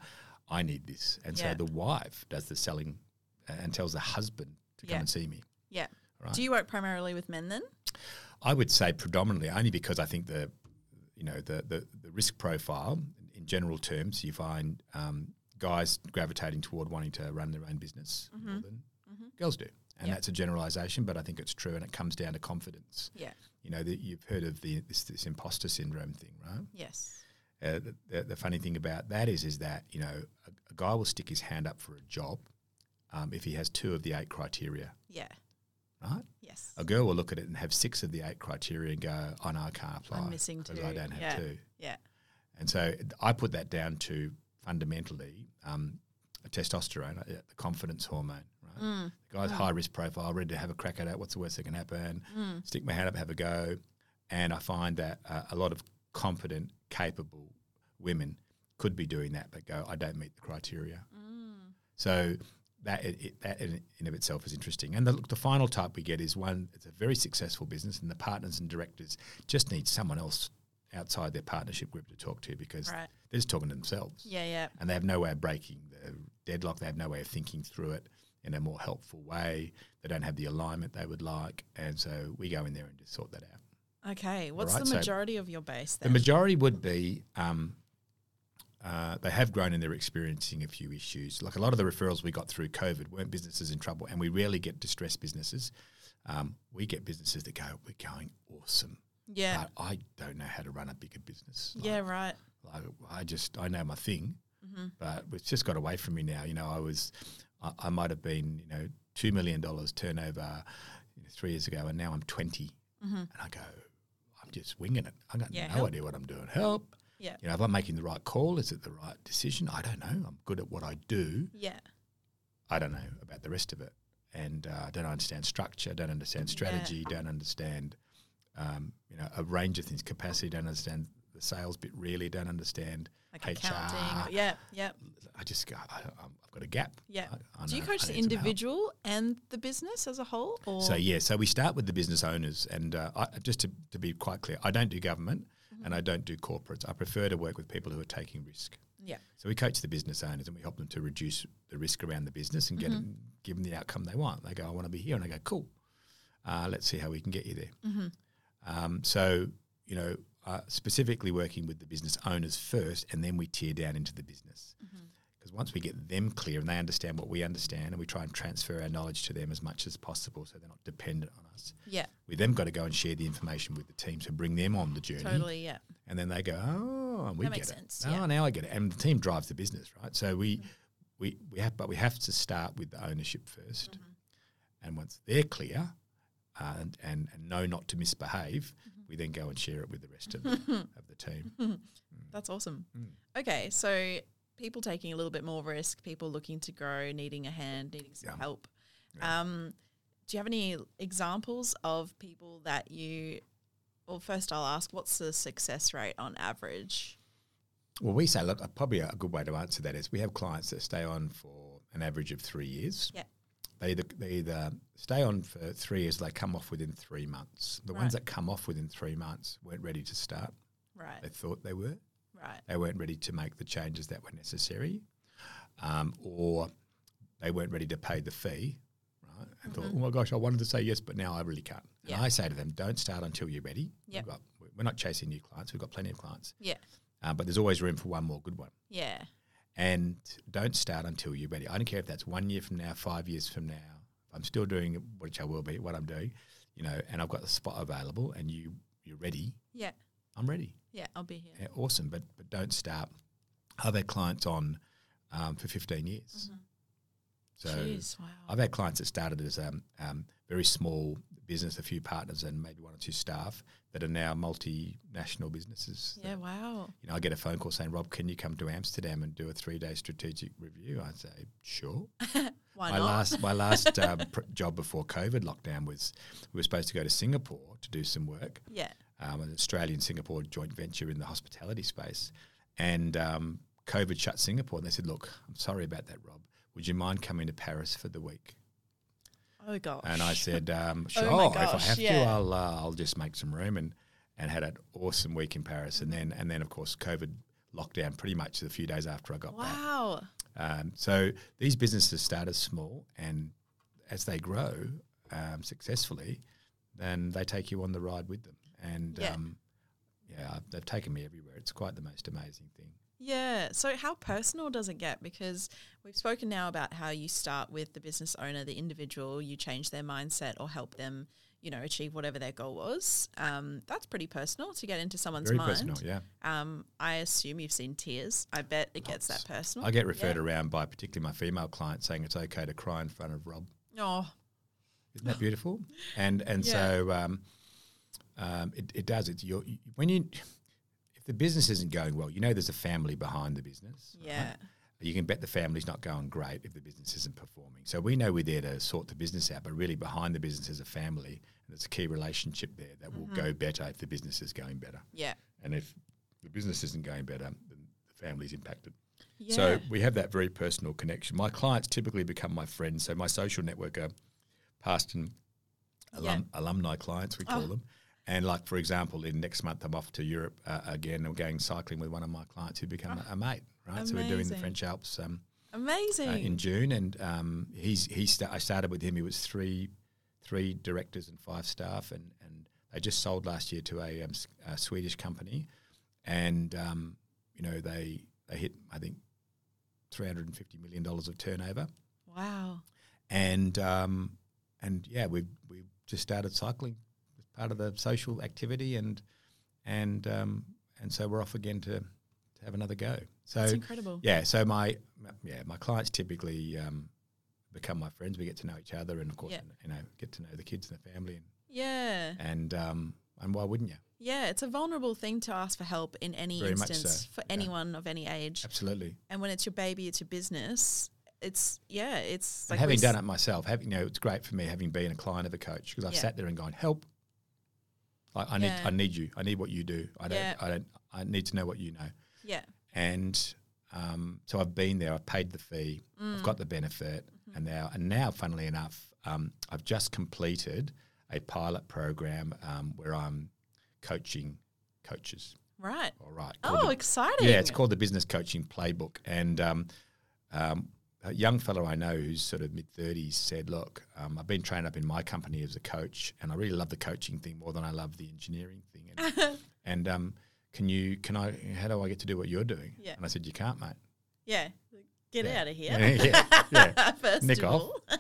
Speaker 2: I need this." And
Speaker 1: Yeah.
Speaker 2: so the wife does the selling uh, and tells the husband to come
Speaker 1: Yeah.
Speaker 2: and see me.
Speaker 1: yeah.
Speaker 2: Right.
Speaker 1: Do you work primarily with men then?
Speaker 2: I would say predominantly only because I think the you know the the, the risk profile in general terms you find um, guys gravitating toward wanting to run their own business more than girls do, and
Speaker 1: Yeah.
Speaker 2: that's a generalisation, but I think it's true, and it comes down to confidence.
Speaker 1: Yeah.
Speaker 2: You know that you've heard of the this, this imposter syndrome thing, right?
Speaker 1: Yes.
Speaker 2: Uh, the, the, the funny thing about that is is that you know a, a guy will stick his hand up for a job um, if he has two of the eight criteria,
Speaker 1: Yeah.
Speaker 2: right?
Speaker 1: Yes.
Speaker 2: A girl will look at it and have six of the eight criteria and go, "Oh no, I can't apply.
Speaker 1: I'm missing two.
Speaker 2: because I don't have
Speaker 1: yeah.
Speaker 2: two."
Speaker 1: Yeah.
Speaker 2: And so I put that down to fundamentally um, testosterone, uh, the confidence hormone. Right,
Speaker 1: Mm.
Speaker 2: the guy's high risk profile, ready to have a crack at it. What's the worst that can happen?
Speaker 1: Mm.
Speaker 2: Stick my hand up, have a go. And I find that uh, a lot of confident, capable women could be doing that, but go, "I don't meet the criteria."
Speaker 1: Mm.
Speaker 2: So that it, it, that in, in of itself is interesting. And the, look, the final type we get is one it's a very successful business, and the partners and directors just need someone else outside their partnership group to talk to because
Speaker 1: Right.
Speaker 2: they're just talking to themselves,
Speaker 1: Yeah. Yeah.
Speaker 2: and they have no way of breaking the deadlock. They have no way of thinking through it in a more helpful way. They don't have the alignment they would like, and so we go in there and just sort that out.
Speaker 1: Okay. What's
Speaker 2: Right,
Speaker 1: the
Speaker 2: so-
Speaker 1: majority of your base
Speaker 2: The
Speaker 1: then?
Speaker 2: majority would be um, uh, they have grown and they're experiencing a few issues. Like a lot of the referrals we got through COVID weren't businesses in trouble, and we rarely get distressed businesses. Um, we get businesses that go, "We're going awesome,"
Speaker 1: yeah.
Speaker 2: but I don't know how to run a bigger business. Like,
Speaker 1: yeah, Mm-hmm. right.
Speaker 2: like, I just I know my thing, but it's just got away from me now. You know, I was I, I might have been you know two million dollars turnover you know, three years ago, and now I'm 20
Speaker 1: Mm-hmm.
Speaker 2: and I go, I'm just winging it. I got
Speaker 1: Yeah,
Speaker 2: no
Speaker 1: help.
Speaker 2: idea what I'm doing. Help.
Speaker 1: Yeah.
Speaker 2: You know, if I'm making the right call, is it the right decision? I don't know. I'm good at what I do.
Speaker 1: Yeah.
Speaker 2: I don't know about the rest of it, and uh, I don't understand structure. Don't understand strategy. Don't understand, um, you know, a range of things. Capacity. Don't understand the sales bit. Really. Don't understand
Speaker 1: Like
Speaker 2: HR.
Speaker 1: accounting. Yeah. Yeah.
Speaker 2: I just go, I, I'm- I've got a gap.
Speaker 1: Yeah.
Speaker 2: I, I
Speaker 1: Do you
Speaker 2: know
Speaker 1: coach
Speaker 2: I
Speaker 1: the
Speaker 2: need some help.
Speaker 1: individual and the business as a whole? Or
Speaker 2: So yeah, so we start with the business owners, and uh, I, just to, to be quite clear, I don't do government and I don't do corporates. I prefer to work with people who are taking risk.
Speaker 1: yeah.
Speaker 2: So we coach the business owners and we help them to reduce the risk around the business and get
Speaker 1: Mm-hmm.
Speaker 2: them, give them the outcome they want. They go, I want to be here, and I go, cool. Uh, let's see how we can get you there.
Speaker 1: Mm-hmm.
Speaker 2: Um, so you know, uh, specifically working with the business owners first, and then we tear down into the business.
Speaker 1: Mm-hmm.
Speaker 2: Because once we get them clear and they understand what we understand, and we try and transfer our knowledge to them as much as possible, so they're not dependent on us.
Speaker 1: Yeah.
Speaker 2: We then got to go and share the information with the team, so bring them on the journey.
Speaker 1: Totally. Yeah.
Speaker 2: And then they go, oh, and we
Speaker 1: That
Speaker 2: get
Speaker 1: makes
Speaker 2: it.
Speaker 1: sense,
Speaker 2: Oh,
Speaker 1: yeah. Mm-hmm.
Speaker 2: now I get it. And the team drives the business, right? So we, we, we have, but we have to start with the ownership 1st
Speaker 1: Mm-hmm.
Speaker 2: And once they're clear uh, and, and, and know not to misbehave,
Speaker 1: Mm-hmm.
Speaker 2: we then go and share it with the rest of the, of the team.
Speaker 1: That's awesome.
Speaker 2: Mm.
Speaker 1: Okay. So people taking a little bit more risk, people looking to grow, needing a hand, needing some
Speaker 2: Yeah.
Speaker 1: help. Um, do you have any examples of people that you, well, first I'll ask, what's the success rate on average?
Speaker 2: Well, we say, look, uh, probably a good way to answer that is we have clients that stay on for an average of three years.
Speaker 1: Yeah.
Speaker 2: They either, they either stay on for three years, they come off within three months. The ones
Speaker 1: Right.
Speaker 2: that come off within three months weren't ready to start.
Speaker 1: Right.
Speaker 2: They thought they were.
Speaker 1: Right.
Speaker 2: they weren't ready to make the changes that were necessary, um, or they weren't ready to pay the fee, right? And thought, oh my gosh, I wanted to say yes, but now I really can't.
Speaker 1: Mm-hmm. Yeah.
Speaker 2: And I say to them, don't start until you're ready.
Speaker 1: Yep.
Speaker 2: We've got, we're not chasing new clients, we've got plenty of clients,
Speaker 1: Yeah.
Speaker 2: uh, but there's always room for one more good one.
Speaker 1: Yeah.
Speaker 2: And don't start until you're ready. I don't care if that's one year from now, five years from now. I'm still doing which I will be, what I'm doing, you know, and I've got a spot available, and you you're ready.
Speaker 1: Yeah.
Speaker 2: I'm ready.
Speaker 1: Yeah. I'll be here.
Speaker 2: Yeah, awesome, but but don't start. I've had clients on um, for 15 years. So
Speaker 1: Mm-hmm. Jeez. Wow.
Speaker 2: I've had clients that started as a um, um, very small business, a few partners, and maybe one or two staff that are now multinational businesses.
Speaker 1: Yeah. Wow.
Speaker 2: You know, I get a phone call saying, "Rob, can you come to Amsterdam and do a three-day strategic review?" I say, "Sure."
Speaker 1: Why
Speaker 2: my
Speaker 1: not?
Speaker 2: last my last um, pr- job before COVID lockdown was we were supposed to go to Singapore to do some work,
Speaker 1: yeah.
Speaker 2: um, an Australian Singapore joint venture in the hospitality space. And um, COVID shut Singapore, and they said, "Look, I'm sorry about that, Rob. Would you mind coming to Paris for the week?"
Speaker 1: Oh gosh.
Speaker 2: And I said, um,
Speaker 1: Oh
Speaker 2: "Sure,
Speaker 1: my
Speaker 2: if I
Speaker 1: gosh,
Speaker 2: have
Speaker 1: yeah.
Speaker 2: to, I'll uh, I'll just make some room." And and had an awesome week in Paris, and then and then of course COVID lockdown pretty much a few days after I got back.
Speaker 1: Wow.
Speaker 2: Um, so these businesses start as small, and as they grow um, successfully, then they take you on the ride with them. And
Speaker 1: Yeah.
Speaker 2: um, yeah, I've- they've taken me everywhere. It's quite the most amazing thing.
Speaker 1: Yeah. So how personal does it get? Because we've spoken now about how you start with the business owner, the individual, you change their mindset or help them, you know, achieve whatever their goal was. Um, that's pretty personal to get into someone's
Speaker 2: Very
Speaker 1: mind.
Speaker 2: personal, yeah.
Speaker 1: Um, I assume you've seen tears. I bet it gets that personal.
Speaker 2: I get referred around by particularly my female clients saying it's okay to cry in front of Rob.
Speaker 1: Oh,
Speaker 2: Isn't that beautiful? And and
Speaker 1: Yeah.
Speaker 2: so um, um, it, it does. It's your when you if the business isn't going well, you know there's a family behind the business. right?
Speaker 1: yeah.
Speaker 2: You can bet the family's not going great if the business isn't performing. So we know we're there to sort the business out, but really behind the business is a family, and it's a key relationship there that will go
Speaker 1: Mm-hmm.
Speaker 2: better if the business is going better.
Speaker 1: Yeah.
Speaker 2: And if the business isn't going better, then the family's impacted.
Speaker 1: Yeah.
Speaker 2: So we have that very personal connection. My clients typically become my friends. So my social network are past and alum, alumni clients, we call
Speaker 1: Oh.
Speaker 2: them. And like for example, in next month I'm off to Europe uh, again. I'm going cycling with one of my clients who become a, a mate. Right, so we're doing the
Speaker 1: Oh. Amazing.
Speaker 2: French Alps um,
Speaker 1: Amazing.
Speaker 2: uh, in June, and um, he's he sta- I started with him. He was three three directors and five staff, and and they They just sold last year to a, um, S- a Swedish company, and um, you know they they hit I think three hundred and fifty million dollars of turnover,
Speaker 1: Wow.
Speaker 2: and um, and yeah, we we just started cycling as part of the social activity, and and um, and so we're off again to, to have another go. So
Speaker 1: That's incredible.
Speaker 2: yeah, so my my- yeah, my clients typically um, become my friends. We get to know each other, and of course,
Speaker 1: Yeah.
Speaker 2: you know, get to know the kids and the family, and
Speaker 1: Yeah.
Speaker 2: and, um, and why wouldn't you?
Speaker 1: Yeah, it's a vulnerable thing to ask for help in any
Speaker 2: Very much
Speaker 1: instance
Speaker 2: so,
Speaker 1: for
Speaker 2: yeah.
Speaker 1: anyone of any age.
Speaker 2: Absolutely.
Speaker 1: And when it's your baby, it's your business. It's yeah, it's
Speaker 2: and
Speaker 1: we
Speaker 2: having
Speaker 1: s-
Speaker 2: done it myself, having you know, it's great for me having been a client of a coach because I've
Speaker 1: Yeah.
Speaker 2: sat there and gone, help. I, I need
Speaker 1: Yeah.
Speaker 2: I need you. I need what you do. I don't
Speaker 1: Yeah.
Speaker 2: I don't I need to know what you know.
Speaker 1: Yeah,
Speaker 2: And um, so I've been there. I've paid the fee. I've got the benefit, and now and now, funnily enough, um, I've just completed a pilot program um, where I'm coaching coaches.
Speaker 1: right.
Speaker 2: All right. called
Speaker 1: Oh,
Speaker 2: the-
Speaker 1: exciting!
Speaker 2: yeah, it's called the Business Coaching Playbook. And um, um, a young fellow I know who's sort of mid 30s said, Look, um, I've been trained up in my company as a coach, and I really love the coaching thing more than I love the engineering thing. And, and um, can you, can I, how do I get to do what you're doing?
Speaker 1: Yeah.
Speaker 2: And I said, You can't, mate.
Speaker 1: Yeah, get
Speaker 2: Yeah.
Speaker 1: out of here.
Speaker 2: yeah. yeah.
Speaker 1: First
Speaker 2: Nick
Speaker 1: of
Speaker 2: off.
Speaker 1: all,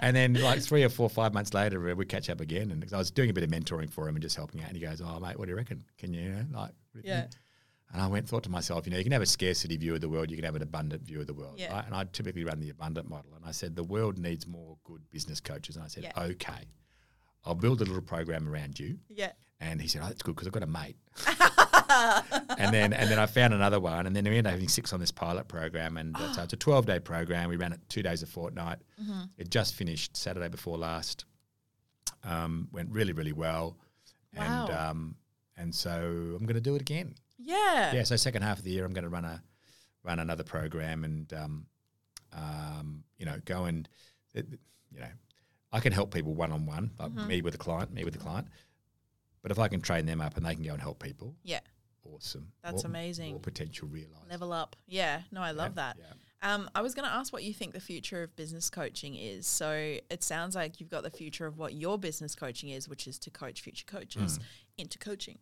Speaker 2: And then, like three or four, five months later, we catch up again. And 'cause I was doing a bit of mentoring for him and just helping out. And he goes, "Oh, mate, what do you reckon? Can you, you know, like?"
Speaker 1: Yeah.
Speaker 2: And I went thought to myself, you know, you can have a scarcity view of the world, you can have an abundant view of the world.
Speaker 1: Yeah.
Speaker 2: Right? And I typically run the abundant model. And I said, the world needs more good business coaches. And I said,
Speaker 1: Yeah.
Speaker 2: okay, I'll build a little program around you.
Speaker 1: yeah,
Speaker 2: And he said, "Oh, that's good because I've got a mate." and then and then I found another one, and then we ended up having six on this pilot program, and uh, so it's a twelve day program. We ran it two days a fortnight. It just finished Saturday before last. Um, went really really well, and
Speaker 1: Wow.
Speaker 2: um, and so I'm going to do it again.
Speaker 1: yeah,
Speaker 2: Yeah, so second half of the year, I'm going to run a run another program, and um, um, you know, go and it, you know, I can help people one on one, like
Speaker 1: Mm-hmm.
Speaker 2: me with a client, me with a client. But if I can train them up and they can go and help people,
Speaker 1: Yeah.
Speaker 2: awesome.
Speaker 1: That's
Speaker 2: More-
Speaker 1: amazing.
Speaker 2: More potential realized.
Speaker 1: Level up. Yeah, no, I love that.
Speaker 2: Yeah.
Speaker 1: Um, I was going to ask what you think the future of business coaching is. So it sounds like you've got the future of what your business coaching is, which is to coach future
Speaker 2: Mm.
Speaker 1: coaches into coaching.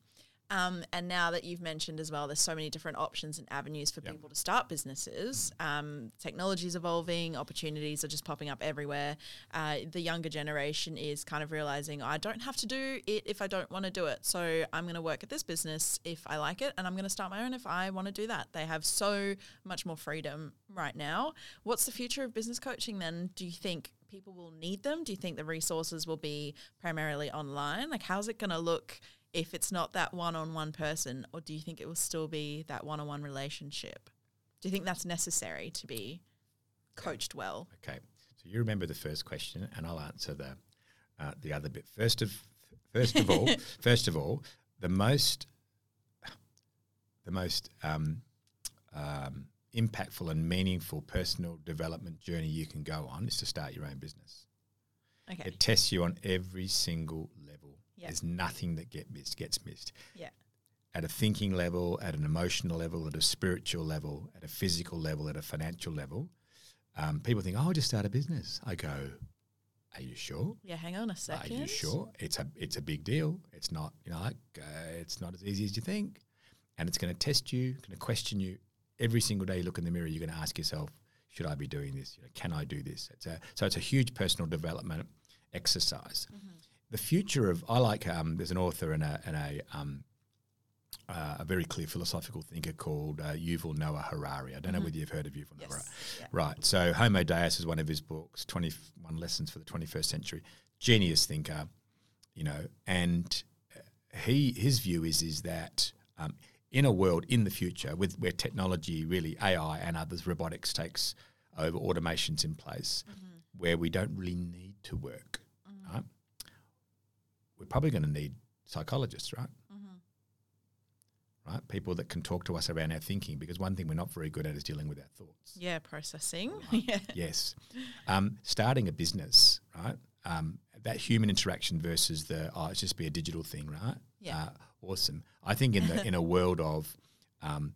Speaker 1: Um, and now that you've mentioned as well, there's so many different options and avenues for people to start businesses. Um, technology's evolving, opportunities are just popping up everywhere. Uh, the younger generation is kind of realizing I don't have to do it if I don't want to do it. So I'm going to work at this business if I like it, and I'm going to start my own if I want to do that. They have so much more freedom right now. What's the future of business coaching then? Do you think people will need them? Do you think the resources will be primarily online? Like, how's it going to look? if it's not that one-on-one person or do you think it will still be that one-on-one relationship do you think that's necessary to be coached well
Speaker 2: Okay. So you remember the first question, and I'll answer the uh, the other bit first. Of first of all, first of all, the most the most um, um, impactful and meaningful personal development journey you can go on is to start your own business.
Speaker 1: okay
Speaker 2: It tests you on every single level.
Speaker 1: Yeah.
Speaker 2: There's nothing that get missed gets missed
Speaker 1: yeah
Speaker 2: at a thinking level, at an emotional level, at a spiritual level, at a physical level, at a financial level, um, people think, "Oh, I'll just start a business." I go, "Are you sure?
Speaker 1: yeah hang on a second
Speaker 2: Are you sure? It's a it's a big deal. It's not you know like, uh, it's not as easy as you think, and it's going to test you, going to question you every single day. You look in the mirror, you're going to ask yourself, "Should I be doing this? You know, can I do this?" It's a, so it's a huge personal development exercise. The future of I like um, there's an author and a and a um, uh, a very clear philosophical thinker called uh, Yuval Noah Harari. I don't know whether you've heard of Yuval Noah.
Speaker 1: Mm-hmm. yes
Speaker 2: Harari.
Speaker 1: yeah.
Speaker 2: Right. So Homo Deus is one of his books, 21 Lessons for the 21st Century. Genius thinker, you know, and uh, he his view is is that um, in a world in the future with where technology really AI and others robotics takes over automations in place where we don't really need to work, right? We're probably going to need psychologists, right? Right? People that can talk to us around our thinking because one thing we're not very good at is dealing with our thoughts
Speaker 1: yeah processing yeah
Speaker 2: yes. Um, starting a business, right? Um, that human interaction versus the oh, it's just be a digital thing, right?
Speaker 1: Yeah.
Speaker 2: Uh, awesome. I think in the in a world of um,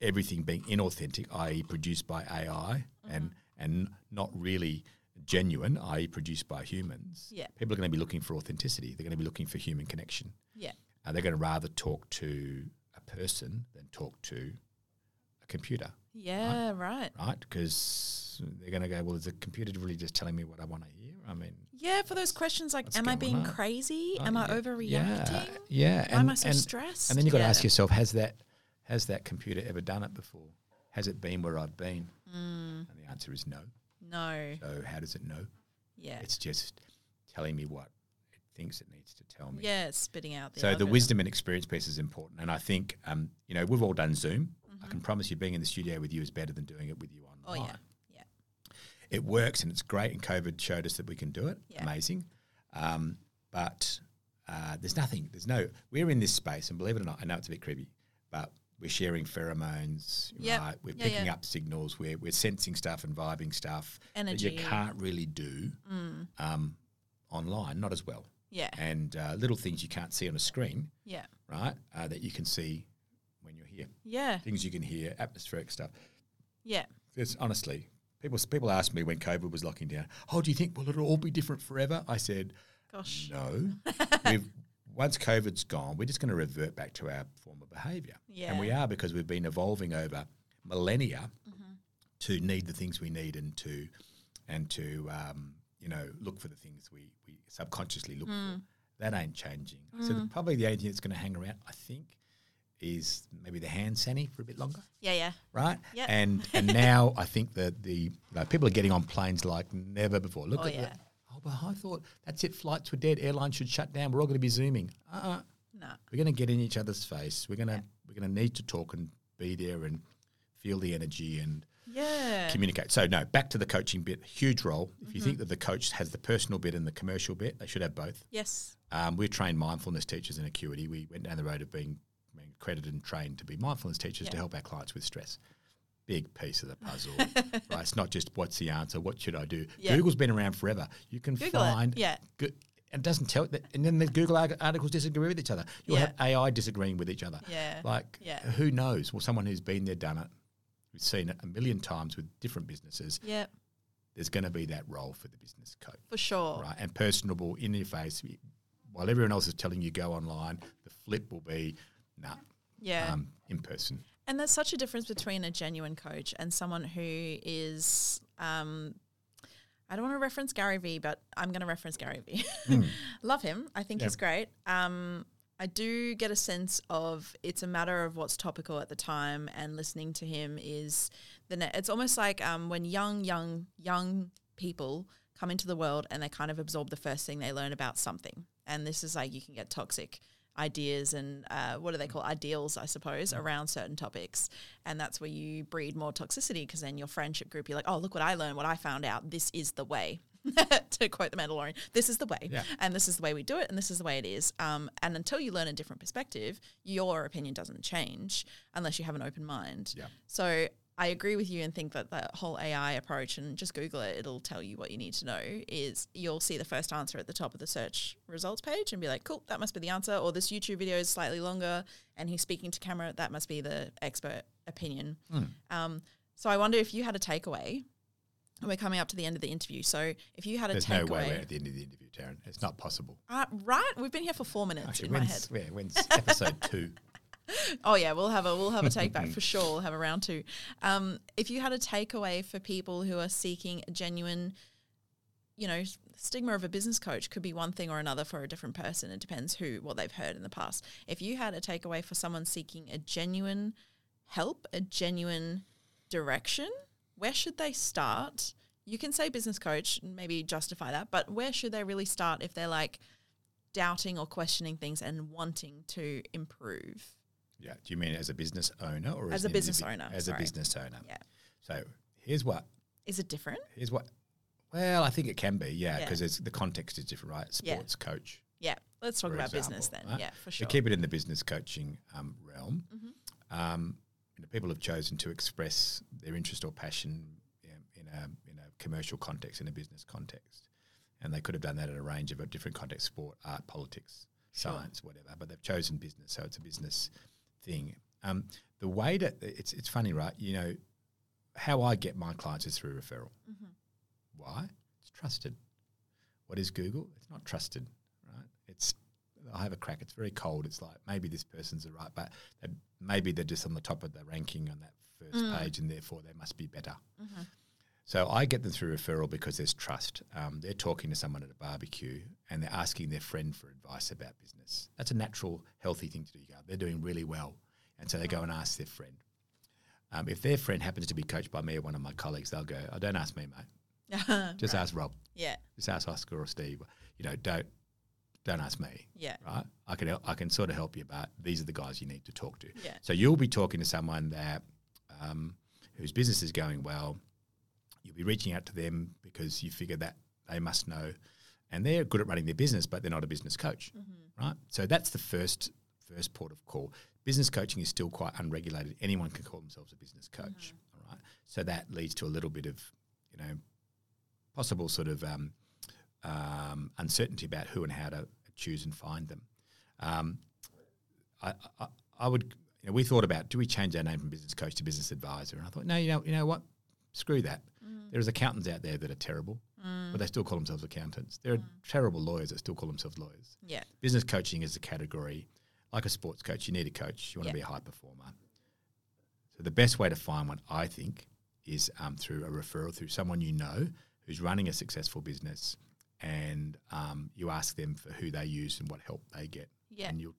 Speaker 2: e,
Speaker 1: Mm-hmm.
Speaker 2: everything being inauthentic, i.e., produced by AI and and not really genuine, i.e., produced by humans,
Speaker 1: Yeah.
Speaker 2: people are going to be looking for authenticity. They're going to be looking for human connection.
Speaker 1: Yeah.
Speaker 2: Uh, they're going to rather talk to a person than talk to a computer,
Speaker 1: Yeah, right.
Speaker 2: right? Because they're going to go, well, is the computer really just telling me what I want to hear? I mean,
Speaker 1: Yeah, for those questions like,
Speaker 2: What's
Speaker 1: am I
Speaker 2: going
Speaker 1: being
Speaker 2: on?
Speaker 1: crazy?
Speaker 2: oh,
Speaker 1: am I
Speaker 2: yeah,
Speaker 1: overreacting?
Speaker 2: Yeah, yeah.
Speaker 1: Why am I so stressed?
Speaker 2: And then you've got
Speaker 1: Yeah.
Speaker 2: to ask yourself, has that has that computer ever done it before? Has it been where I've been?
Speaker 1: Mm.
Speaker 2: And the answer is no.
Speaker 1: No.
Speaker 2: So how does it know?
Speaker 1: Yeah.
Speaker 2: It's just telling me what it thinks it needs to tell me.
Speaker 1: Yeah, spitting out the
Speaker 2: So the
Speaker 1: algorithm.
Speaker 2: wisdom and experience piece is important, and I think um, you know we've all done Zoom. I can promise you, being in the studio with you is better than doing it with you
Speaker 1: Mm-hmm. Oh
Speaker 2: online.
Speaker 1: yeah. Yeah.
Speaker 2: It works and it's great, and COVID showed us that we can do it.
Speaker 1: Yeah.
Speaker 2: Amazing, um, but uh, there's nothing. There's no. We're in this space, and believe it or not, I know it's a bit creepy, but we're sharing pheromones.
Speaker 1: Yep.
Speaker 2: Right? We're
Speaker 1: Yeah,
Speaker 2: picking
Speaker 1: yeah.
Speaker 2: up signals. We're we're sensing stuff and vibing stuff that
Speaker 1: Energy. Mm.
Speaker 2: you can't really do um, online, not as well.
Speaker 1: Yeah.
Speaker 2: And uh, little things you can't see on a screen
Speaker 1: Yeah.
Speaker 2: right? Uh, that you can see when you're here.
Speaker 1: Yeah.
Speaker 2: Things you can hear, atmospheric stuff.
Speaker 1: Yeah.
Speaker 2: It's honestly, people people asked me when COVID was locking down, "Oh, do you think will it all be different forever?" I said,
Speaker 1: Gosh.
Speaker 2: "No. We've once COVID's gone, we're just going to revert back to our former behaviour,
Speaker 1: Yeah.
Speaker 2: and we are because we've been evolving over millennia to need the things we need and to and to um, you know look for the things we we subconsciously look for. That ain't changing. So the, probably the only thing that's going to hang around, I think, is maybe the hand sanny for a bit longer,
Speaker 1: Yeah. Yeah.
Speaker 2: right?
Speaker 1: Yep.
Speaker 2: And and now I think that the you know, people are getting on planes like never before. Look
Speaker 1: Oh,
Speaker 2: at
Speaker 1: yeah.
Speaker 2: that. Oh, but I thought that's it. Flights were dead. Airlines should shut down. We're all going to be zooming. Uh-uh.
Speaker 1: No.
Speaker 2: We're going to get in each other's face. We're going to we're going to need to talk and be there and feel the energy and
Speaker 1: Yeah. Mm-hmm.
Speaker 2: communicate. So no, back to the coaching bit, huge role. If you think that the coach has the personal bit and the commercial bit, they should have both.
Speaker 1: yes.
Speaker 2: Um, we're trained mindfulness teachers in Acuity. We went down the road of being, being accredited and trained to be mindfulness teachers to
Speaker 1: Yeah.
Speaker 2: help our clients with stress. Big piece of the puzzle. right? It's not just what's the answer, what should I do?
Speaker 1: Yeah.
Speaker 2: Google's been around forever. You can
Speaker 1: Google
Speaker 2: find
Speaker 1: it. Yeah.
Speaker 2: go- it doesn't tell that, and then the Google ar- articles disagree with each other. You'll
Speaker 1: Yeah.
Speaker 2: have AI disagreeing with each other.
Speaker 1: Yeah.
Speaker 2: Like,
Speaker 1: Yeah.
Speaker 2: who knows? Well, someone who's been there, done it, who's seen it a million times with different businesses,
Speaker 1: Yeah.
Speaker 2: there's going to be that role for the business coach,
Speaker 1: For sure.
Speaker 2: right? And personable, in your face. While everyone else is telling you go online, the flip will be, nah,
Speaker 1: Yeah.
Speaker 2: um, in person.
Speaker 1: And there's such a difference between a genuine coach and someone who is, um, I don't want to reference Gary Vee, but I'm going to reference Gary Vee. Love him. I think
Speaker 2: Yeah.
Speaker 1: he's great. Um, I do get a sense of it's a matter of what's topical at the time, and listening to him is the. Ne- it's almost like um, when young, young, young people come into the world and they kind of absorb the first thing they learn about something, and this is like you can get toxic ideas and uh, what do they call ideals, I
Speaker 2: Mm.
Speaker 1: suppose, around certain topics, and that's where you breed more toxicity because then your friendship group, you're like, oh, look what I learned, what I found out. This is the way. to quote the Mandalorian, this is the way,
Speaker 2: Yeah.
Speaker 1: and this is the way we do it, and this is the way it is. Um, and until you learn a different perspective, your opinion doesn't change unless you have an open mind.
Speaker 2: Yeah.
Speaker 1: So I agree with you and think that the whole AI approach and just Google it, it'll tell you what you need to know. Is you'll see the first answer at the top of the search results page and be like, cool, that must be the answer. Or this YouTube video is slightly longer and he's speaking to camera. That must be the expert opinion.
Speaker 2: Hmm.
Speaker 1: Um, so I wonder if you had a takeaway. And we're coming up to the end of the interview. So if you had a
Speaker 2: There's no
Speaker 1: takeaway.
Speaker 2: way we're at the end of the interview, Taryn. It's not possible.
Speaker 1: Uh, right, we've been here for four minutes
Speaker 2: Actually,
Speaker 1: in my head.
Speaker 2: when's, yeah, when's episode two?
Speaker 1: Oh yeah, we'll have a we'll have a take back for sure. We'll have a round two. Um, if you had a takeaway for people who are seeking a genuine, you know, s- stigma of a business coach could be one thing or another for a different person. It depends who what they've heard in the past. If you had a takeaway for someone seeking a genuine help, a genuine direction, where should they start? You can say business coach, and maybe justify that, but where should they really start if they're like doubting or questioning things and wanting to improve?
Speaker 2: Yeah. Do you mean as a business owner or
Speaker 1: As
Speaker 2: an
Speaker 1: a business
Speaker 2: individ-
Speaker 1: owner,
Speaker 2: As
Speaker 1: sorry.
Speaker 2: a business owner.
Speaker 1: Yeah.
Speaker 2: So here's what
Speaker 1: Is it different?
Speaker 2: here's what. Well, I think it can be, yeah,
Speaker 1: Yeah.
Speaker 2: because it's the context is different, right?
Speaker 1: Yeah.
Speaker 2: Sports coach.
Speaker 1: Yeah. Let's talk
Speaker 2: for
Speaker 1: about
Speaker 2: example,
Speaker 1: business then.
Speaker 2: right?
Speaker 1: Yeah, for
Speaker 2: But
Speaker 1: sure. Mm-hmm.
Speaker 2: keep it in the business coaching um, realm. Um, you know, people have chosen to express their interest or passion in, in a in a commercial context, in a business context, and they could have done that at a range of different contexts: sport, art, politics,
Speaker 1: Sure.
Speaker 2: science, whatever. But they've chosen business, so it's a business thing. Um, the way that it's it's
Speaker 1: Mm-hmm.
Speaker 2: funny, right? You know, how I get my clients is through referral. Why? It's trusted. What is Google? It's not trusted, right? It's I have a crack. It's very cold. It's like maybe this person's the right, but they, maybe they're just on the top of the ranking on that first
Speaker 1: Mm.
Speaker 2: page, and therefore they must be better.
Speaker 1: Mhm.
Speaker 2: So I get them through referral because there's trust. Um, they're talking to someone at a barbecue and they're asking their friend for advice about business. That's a natural, healthy thing to do. You go, They're doing really well, and so they go and
Speaker 1: Mm-hmm.
Speaker 2: ask their friend. Um, if their friend happens to be coached by me or one of my colleagues, they'll go, "Oh, don't ask me, mate. Just
Speaker 1: Right.
Speaker 2: ask Rob.
Speaker 1: Yeah,
Speaker 2: Just ask Oscar or Steve. You know, don't don't ask me."
Speaker 1: yeah,
Speaker 2: right? I can help, I can sort of help you, but these are the guys you need to talk to.
Speaker 1: yeah.
Speaker 2: So you'll be talking to someone that um, whose business is going well. You'll be reaching out to them because you figure that they must know, and they're good at running their business, but they're not a business coach, right? So that's the first first port of call. Business coaching is still quite unregulated. Anyone can call themselves a business coach, all right? So that leads to a little bit of you know possible sort of um, um, uncertainty about who and how to choose and find them. Um, I, I, I would, you know, we thought about do we change our name from business coach to business advisor? And I thought, no, you know, you know what? Screw that. There's accountants out there that are terrible, but they still call themselves accountants. There are terrible lawyers that still call themselves lawyers.
Speaker 1: Yeah.
Speaker 2: Business coaching is a category, like a sports coach, you need a coach, you want
Speaker 1: Yeah.
Speaker 2: to be a high performer. So the best way to find one, I think, is um, through a referral, through someone you know who's running a successful business, and um, you ask them for who they use and what help they get
Speaker 1: Yeah.
Speaker 2: and you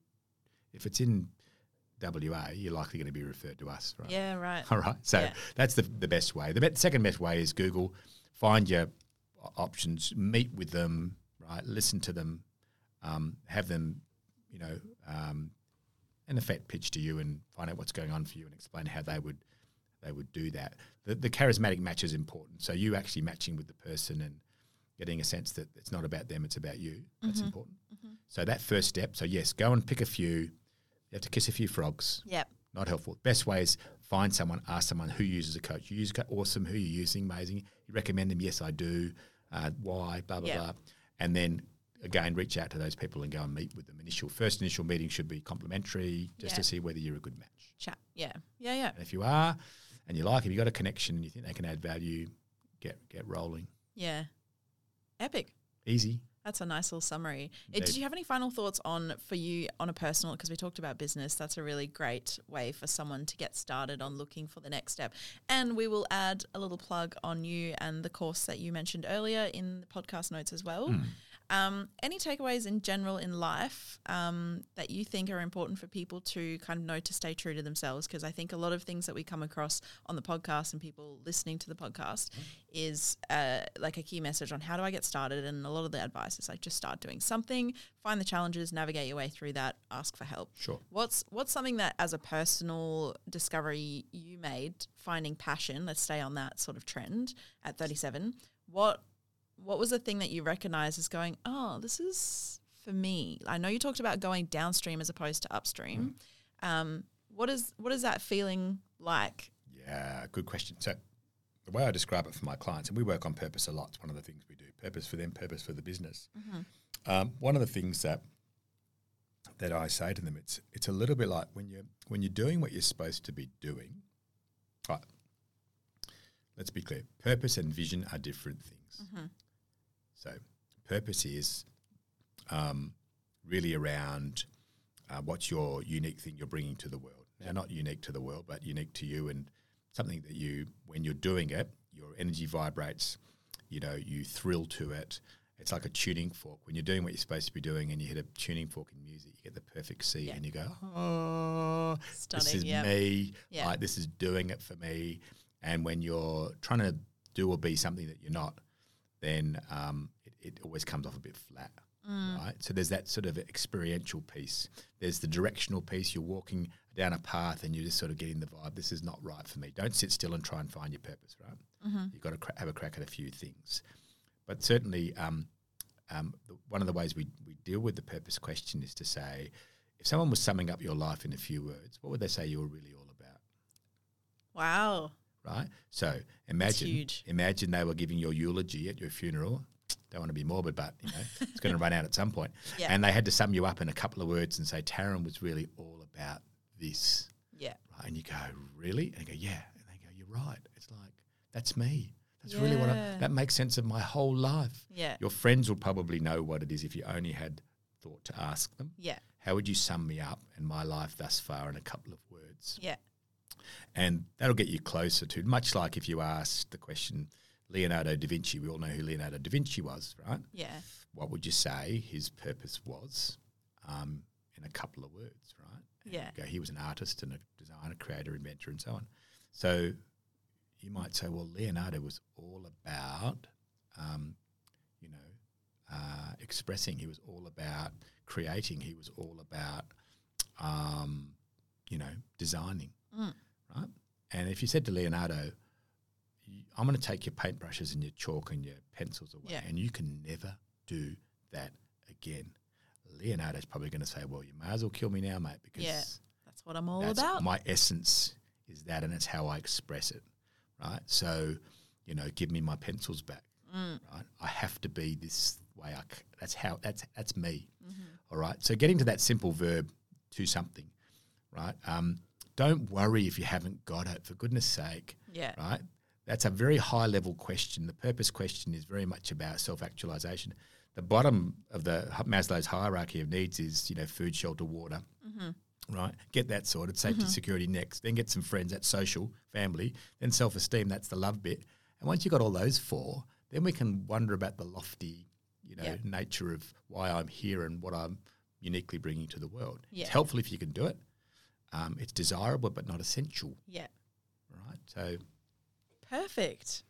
Speaker 2: if it's in WA, you're likely going to be referred to us, right?
Speaker 1: Yeah, right.
Speaker 2: All right. So
Speaker 1: Yeah.
Speaker 2: that's the, the best way. The be- second best way is Google. Find your o- options, meet with them, right? Listen to them, um, have them, you know, um, in effect, pitch to you and find out what's going on for you and explain how they would they would do that. The, the charismatic match is important. So you actually matching with the person and getting a sense that it's not about them, it's about you. That's
Speaker 1: Mm-hmm.
Speaker 2: important. So that first step. So yes, go and pick a few. You have to kiss a few frogs
Speaker 1: Yep.
Speaker 2: not helpful. Best way is find someone, ask someone who uses a coach. You use a co- awesome, who you using, amazing. You recommend them, yes, I do. Uh, why, blah blah
Speaker 1: Yeah.
Speaker 2: blah, and then again reach out to those people and go and meet with them. Initial first initial meeting should be complimentary, just
Speaker 1: Yeah.
Speaker 2: to see whether you're a good match.
Speaker 1: Chat. Yeah. Yeah, yeah.
Speaker 2: And if you are, and you like, if you got a connection and you think they can add value, get get rolling.
Speaker 1: Yeah. Epic.
Speaker 2: Easy.
Speaker 1: That's a nice little summary. Uh,
Speaker 2: Indeed.
Speaker 1: Did you have any final thoughts on for you on a personal? Because we talked about business. That's a really great way for someone to get started on looking for the next step. And we will add a little plug on you and the course that you mentioned earlier in the podcast notes as well.
Speaker 2: Hmm.
Speaker 1: Um, any takeaways in general in life um, that you think are important for people to kind of know to stay true to themselves? Because I think a lot of things that we come across on the podcast and people listening to the podcast is uh, like a key message on how do I get started. And a lot of the advice is like just start doing something, find the challenges, navigate your way through that, ask for help.
Speaker 2: Sure.
Speaker 1: What's what's something that as a personal discovery you made finding passion, let's stay on that sort of trend at 37. What what was the thing that you recognized as going, "Oh, this is for me." I know you talked about going downstream as opposed to upstream.
Speaker 2: Mm-hmm.
Speaker 1: Um, what is what is that feeling like?
Speaker 2: Yeah, good question. So, the way I describe it for my clients, and we work on purpose a lot, it's one of the things we do purpose for them, purpose for the business. Um, one of the things that that I say to them, it's it's a little bit like when you're when you're doing what you're supposed to be doing. Right. Let's be clear. Purpose and vision are different things. So, purpose is um, really around uh, what's your unique thing you're bringing to the world. Now, not unique to the world, but unique to you, and something that you, when you're doing it, your energy vibrates. You know, you thrill to it. It's like a tuning fork. When you're doing what you're supposed to be doing, and you hit a tuning fork in music, you get the perfect C,
Speaker 1: Yeah.
Speaker 2: and you go, "Oh, this
Speaker 1: Stunning,
Speaker 2: is
Speaker 1: yeah.
Speaker 2: me.
Speaker 1: Yeah.
Speaker 2: Like this is doing it for me." And when you're trying to do or be something that you're not, then um, it, it always comes off a bit flat.
Speaker 1: Mm.
Speaker 2: Right? So there's that sort of experiential piece. There's the directional piece. You're walking down a path and you're just sort of getting the vibe. This is not right for me. Don't sit still and try and find your purpose. Right?
Speaker 1: Mm-hmm.
Speaker 2: You've got to cra- have a crack at a few things. But certainly, um, um, the, one of the ways we, we deal with the purpose question is to say, if someone was summing up your life in a few words, what would they say you were really all about?
Speaker 1: Wow.
Speaker 2: right? So imagine,
Speaker 1: huge.
Speaker 2: imagine they were giving your eulogy at your funeral. Don't want to be morbid, but you know it's going to run out at some point.
Speaker 1: Yeah.
Speaker 2: And they had to sum you up in a couple of words and say Taryn was really all about this,
Speaker 1: Yeah.
Speaker 2: right? And you go, really? And they go, yeah. And they go, you're right. It's like that's me. That's really what I,
Speaker 1: Yeah.
Speaker 2: that makes sense of my whole life.
Speaker 1: Yeah.
Speaker 2: Your friends will probably know what it is if you only had thought to ask them.
Speaker 1: Yeah.
Speaker 2: How would you sum me up and my life thus far in a couple of words?
Speaker 1: Yeah.
Speaker 2: And that'll get you closer to, much like if you asked the question, Leonardo da Vinci, we all know who Leonardo da Vinci was, right?
Speaker 1: Yeah.
Speaker 2: What would you say his purpose was um, in a couple of words, right? And
Speaker 1: Yeah.
Speaker 2: you go, he was an artist and a designer, creator, inventor, and so on. So you might say, well, Leonardo was all about, um, you know, uh, expressing. He was all about creating. He was all about, um, you know, designing,
Speaker 1: Mm.
Speaker 2: right? And if you said to Leonardo, "You- I'm going to take your paintbrushes and your chalk and your pencils away,
Speaker 1: Yeah.
Speaker 2: and you can never do that again. Leonardo's probably going to say, "Well, you may as well kill me now, mate, because
Speaker 1: Yeah. That's what I'm all
Speaker 2: that's
Speaker 1: about.
Speaker 2: my essence is that, and it's how I express it, right? So, you know, give me my pencils back,
Speaker 1: Mm.
Speaker 2: right? I have to be this way. I c that's how that's that's me. All right. So, getting to that simple verb to something, right? Um, don't worry if you haven't got it. For goodness' sake,
Speaker 1: Yeah.
Speaker 2: right? That's a very high level question. The purpose question is very much about self actualization. The bottom of the hi- Maslow's hierarchy of needs is, you know, food, shelter, water,
Speaker 1: Mm-hmm.
Speaker 2: right? Get that sorted, safety, security next, then get some friends, that's social, family, then self esteem, that's the love bit. And once you've got all those four, then we can wonder about the lofty, you know,
Speaker 1: Yeah.
Speaker 2: nature of why I'm here and what I'm uniquely bringing to the world.
Speaker 1: Yeah.
Speaker 2: It's helpful if you can do it. Um, it's desirable, but not essential,
Speaker 1: Yeah.
Speaker 2: right? So,
Speaker 1: Perfect.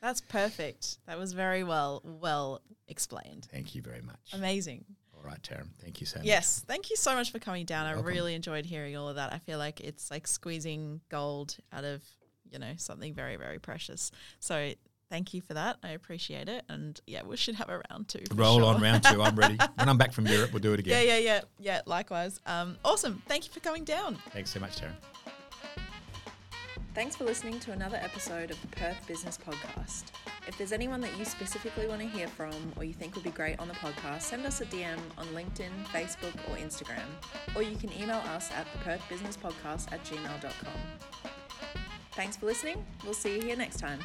Speaker 1: That's perfect. That was very well well explained.
Speaker 2: thank you very much.
Speaker 1: Amazing.
Speaker 2: All right, Taryn. Thank you so much.
Speaker 1: Yes. Thank you so much for coming down. I
Speaker 2: You're welcome.
Speaker 1: really enjoyed hearing all of that. I feel like it's like squeezing gold out of, you know, something very, very precious. So thank you for that. I appreciate it. And yeah, we should have a round two. for
Speaker 2: Roll
Speaker 1: sure.
Speaker 2: on round two. I'm ready. when I'm back from Europe, we'll do it
Speaker 1: Yeah,
Speaker 2: again.
Speaker 1: yeah, yeah. Yeah, likewise. Um, awesome. Thank you for coming down.
Speaker 2: Thanks so much, Taryn.
Speaker 1: Thanks for listening to another episode of the Perth Business Podcast. If there's anyone that you specifically want to hear from or you think would be great on the podcast, send us a DM on LinkedIn, Facebook, or Instagram. Or you can email us at theperthbusinesspodcast at gmail.com. Thanks for listening. We'll see you here next time.